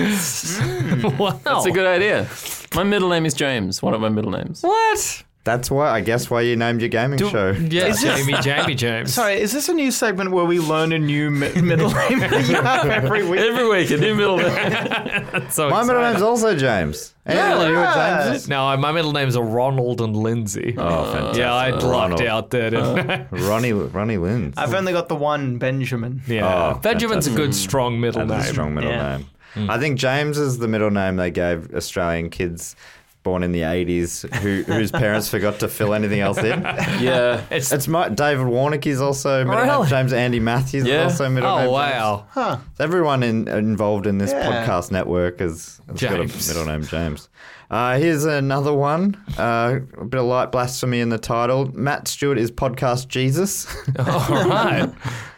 Speaker 6: Wow.
Speaker 5: That's a good idea. My middle name is James. One of my middle names.
Speaker 6: Oh. What?
Speaker 4: That's why I guess why you named your gaming show.
Speaker 6: Yeah, Jamie, Jamie James.
Speaker 2: Sorry, is this a new segment where we learn a new mi- middle name that you have every week?
Speaker 5: Every week, a new middle name.
Speaker 6: So
Speaker 4: My middle
Speaker 6: excited.
Speaker 4: name's also James. Yeah,
Speaker 6: Really?
Speaker 4: you were
Speaker 2: Yeah.
Speaker 4: James.
Speaker 6: No, I- my middle names are Ronald and Lindsay. Oh, fantastic. Yeah, I lucked
Speaker 4: Ronald. Oh.
Speaker 6: out there, didn't I?
Speaker 4: Ronnie Ronnie Lynn.
Speaker 2: I've only got the one Benjamin.
Speaker 6: Yeah.
Speaker 4: Oh,
Speaker 6: Benjamin's a good, strong middle
Speaker 4: That's
Speaker 6: name.
Speaker 4: a strong middle
Speaker 2: Yeah.
Speaker 4: name. I think James is the middle name they gave Australian kids born in the 80s who, whose parents forgot to fill anything else in.
Speaker 5: Yeah.
Speaker 4: It's, my, David Warnick is also middle name
Speaker 6: Really?
Speaker 4: James. Andy Matthews
Speaker 5: Yeah.
Speaker 4: is also middle name.
Speaker 6: Oh,
Speaker 4: James.
Speaker 6: wow.
Speaker 4: Everyone in, involved in this
Speaker 2: Yeah.
Speaker 4: podcast network has, has got a
Speaker 6: James.
Speaker 4: middle name James. Uh, here's another one. Uh, a bit of light blasphemy in the title. Matt Stewart is podcast Jesus.
Speaker 6: All right.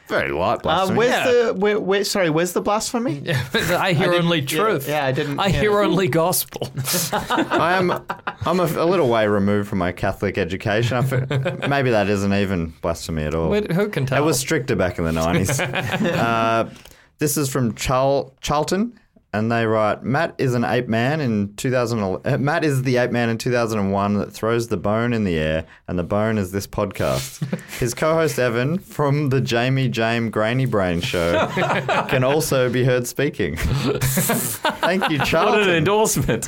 Speaker 4: Very light
Speaker 2: Uh,
Speaker 4: blasphemy.
Speaker 2: where's
Speaker 6: Yeah.
Speaker 2: the where, where, sorry? Where's the blasphemy?
Speaker 6: I hear
Speaker 2: didn't-
Speaker 6: only
Speaker 2: yeah,
Speaker 6: truth.
Speaker 2: yeah, I didn't-
Speaker 6: I
Speaker 2: yeah.
Speaker 6: hear only gospel.
Speaker 4: I am. I'm a, a little way removed from my Catholic education. I fe- maybe that isn't even blasphemy at all.
Speaker 6: Wait, who can tell?
Speaker 4: It was stricter back in the nineties. uh, this is from Charl- Charlton, and they write: Matt is an ape man in 2000. Uh, Matt is the ape man in 2001 that throws the bone in the air, and the bone is this podcast. His co-host Evan from the Jamie Jame Grainy Brain Show can also be heard speaking. Thank you, Charlton.
Speaker 5: What an endorsement.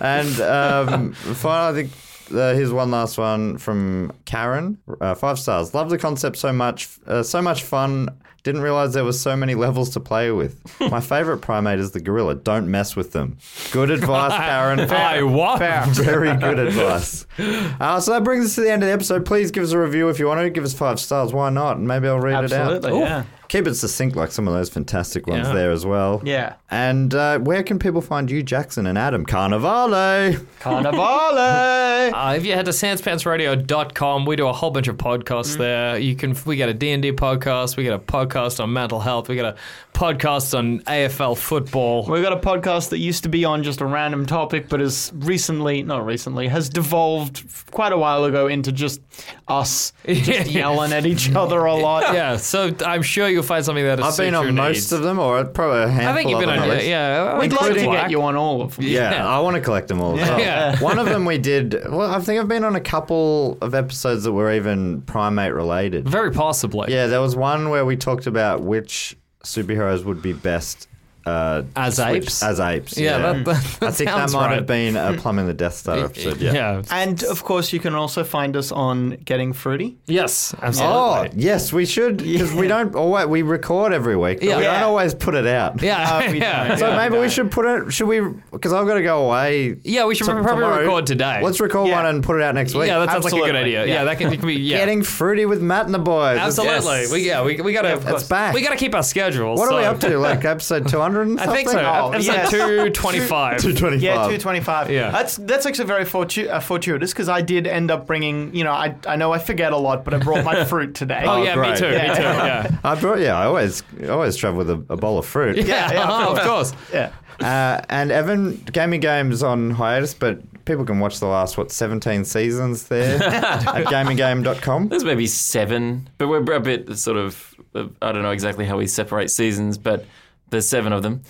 Speaker 4: And um, finally, I think uh, here's one last one from Karen. Uh, five stars. Love the concept so much. Uh, so much fun. Didn't realize there was so many levels to play with. My favorite primate is the gorilla. Don't mess with them. Good advice, Karen.
Speaker 6: I what?
Speaker 4: Very good advice. Uh, so that brings us to the end of the episode. Please give us a review if you want to. Give us five stars. Why not? And maybe I'll read it out.
Speaker 2: Absolutely, yeah.
Speaker 4: Keep it succinct, like some of those fantastic ones
Speaker 6: Yeah.
Speaker 4: there as well.
Speaker 2: Yeah.
Speaker 4: And uh, where can people find you, Jackson and Adam Carnivale?
Speaker 2: Carnivale.
Speaker 6: Uh, if you head to sanspantsradio.com, we do a whole bunch of podcasts
Speaker 4: Mm.
Speaker 6: there. You can we got a D&D podcast, we got a podcast on mental health, we got a podcast on AFL football.
Speaker 2: We've got a podcast that used to be on just a random topic, but has recently, not recently, has devolved quite a while ago into just us just yelling at each other a lot.
Speaker 6: yeah, so I'm sure you'll find something that is
Speaker 4: I've been on most of them, or probably a handful
Speaker 6: I think you've
Speaker 4: of
Speaker 6: been
Speaker 4: them.
Speaker 6: on
Speaker 4: at
Speaker 6: yeah,
Speaker 4: least.
Speaker 6: yeah. uh,
Speaker 2: We'd love to
Speaker 6: including-
Speaker 2: get you on all of them.
Speaker 4: Yeah,
Speaker 6: Yeah.
Speaker 4: I want to collect them all. as well.
Speaker 6: Yeah.
Speaker 4: One of them we did. Well, I think I've been on a couple of episodes that were even primate related.
Speaker 6: Very possibly.
Speaker 4: Yeah, there was one where we talked about which superheroes would be best uh,
Speaker 6: As
Speaker 4: switched-
Speaker 6: apes?
Speaker 4: As apes.
Speaker 6: Yeah, that- that-
Speaker 4: I think that
Speaker 6: sounds
Speaker 4: might
Speaker 6: right.
Speaker 4: have been a plumbing the Death Star episode. Yeah.
Speaker 6: yeah.
Speaker 2: And of course, you can also find us on Getting Fruity.
Speaker 6: Yes, absolutely.
Speaker 4: Oh yes, we should because we don't. Oh wait, we record every week. But We
Speaker 6: Yeah.
Speaker 4: don't always put it out.
Speaker 6: Yeah,
Speaker 2: Uh, we
Speaker 6: yeah.
Speaker 2: don't.
Speaker 4: So
Speaker 2: Yeah,
Speaker 4: maybe
Speaker 2: no.
Speaker 4: we should put it. Should we? Because I've got to go away.
Speaker 6: Yeah, we should
Speaker 4: to-
Speaker 6: probably
Speaker 4: tomorrow.
Speaker 6: record today.
Speaker 4: Let's record
Speaker 2: Yeah.
Speaker 4: one and put it out next week.
Speaker 6: yeah, that sounds like a good
Speaker 2: Absolutely.
Speaker 6: idea. Yeah,
Speaker 2: Yeah.
Speaker 6: that can, it can be yeah.
Speaker 4: Getting fruity with Matt and the boys. It's-
Speaker 6: absolutely.
Speaker 5: Yes.
Speaker 6: We yeah, we, we gotta
Speaker 4: course. back.
Speaker 6: We gotta keep our schedule.
Speaker 4: What
Speaker 6: so.
Speaker 4: are we up to? Like episode two hundred and
Speaker 6: I
Speaker 4: something.
Speaker 6: think so.
Speaker 2: Oh,
Speaker 6: episode
Speaker 2: yes.
Speaker 6: two twenty five.
Speaker 4: Two twenty-five.
Speaker 2: Yeah, 225.
Speaker 6: Yeah.
Speaker 2: That's that's actually very fortu- uh, fortuitous because I did end up bringing, you know, I, I know I forget a lot, but I brought my fruit today.
Speaker 6: Oh yeah, me
Speaker 4: great.
Speaker 6: too. Me
Speaker 2: Yeah.
Speaker 6: too. Yeah.
Speaker 4: I brought. Yeah, I always, I always travel with a, a bowl of fruit.
Speaker 6: Yeah,
Speaker 2: yeah,
Speaker 6: uh-huh, of course.
Speaker 2: Yeah.
Speaker 4: Uh, and Evan, gaming games on hiatus, but people can watch the last, what, 17 seasons there at gaminggame.com.
Speaker 5: There's maybe seven, but we're a bit sort of, I don't know exactly how we separate seasons, but there's seven of them.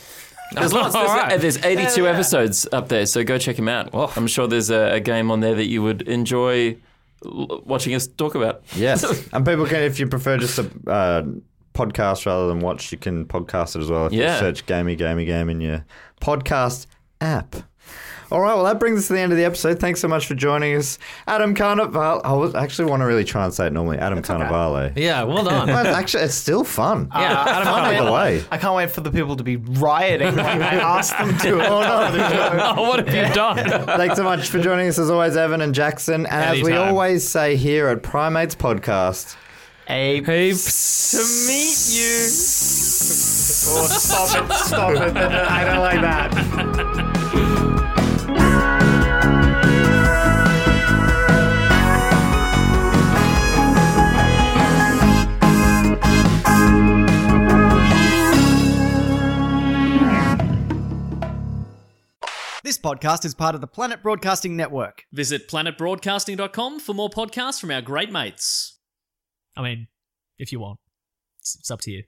Speaker 5: There's lots. Oh. There's,
Speaker 8: Alright.
Speaker 5: there's 82 episodes up there, so go check them out. I'm sure there's a, a game on there that you would enjoy l- watching us talk about.
Speaker 4: Yes. and people can, if you prefer just a uh, podcast rather than watch, you can podcast it as well. If
Speaker 5: Yeah.
Speaker 4: you search Gamey Gamey Game in your podcast app. All right, well, that brings us to the end of the episode. Thanks so much for joining us. Adam Carnivale. I was- actually want to really try and say it normally. Adam Carnivale.
Speaker 8: Yeah, well done.
Speaker 4: Well, it's actually, it's still fun.
Speaker 9: Uh,
Speaker 8: Yeah,
Speaker 2: I
Speaker 8: Adam
Speaker 2: don't
Speaker 4: Fun
Speaker 2: know.
Speaker 4: either way.
Speaker 2: I can't wait for the people to be rioting like I asked them to. Oh no, the show.
Speaker 8: Oh, what have you done?
Speaker 4: Thanks so much for joining us as always, Evan and Jackson. And as we
Speaker 8: Anytime.
Speaker 4: always say here at Primates Podcast,
Speaker 2: Ape.
Speaker 8: Hey,
Speaker 2: To meet you. Oh, stop it, stop it. I don't like that.
Speaker 9: This podcast is part of the Planet Broadcasting Network.
Speaker 3: Visit planetbroadcasting.com for more podcasts from our great mates.
Speaker 10: I mean, if you want, it's, it's up to you.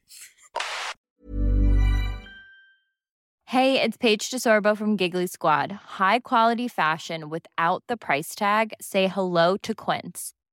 Speaker 6: Hey, it's Paige DeSorbo from Giggly Squad. High quality fashion without the price tag. Say hello to Quince.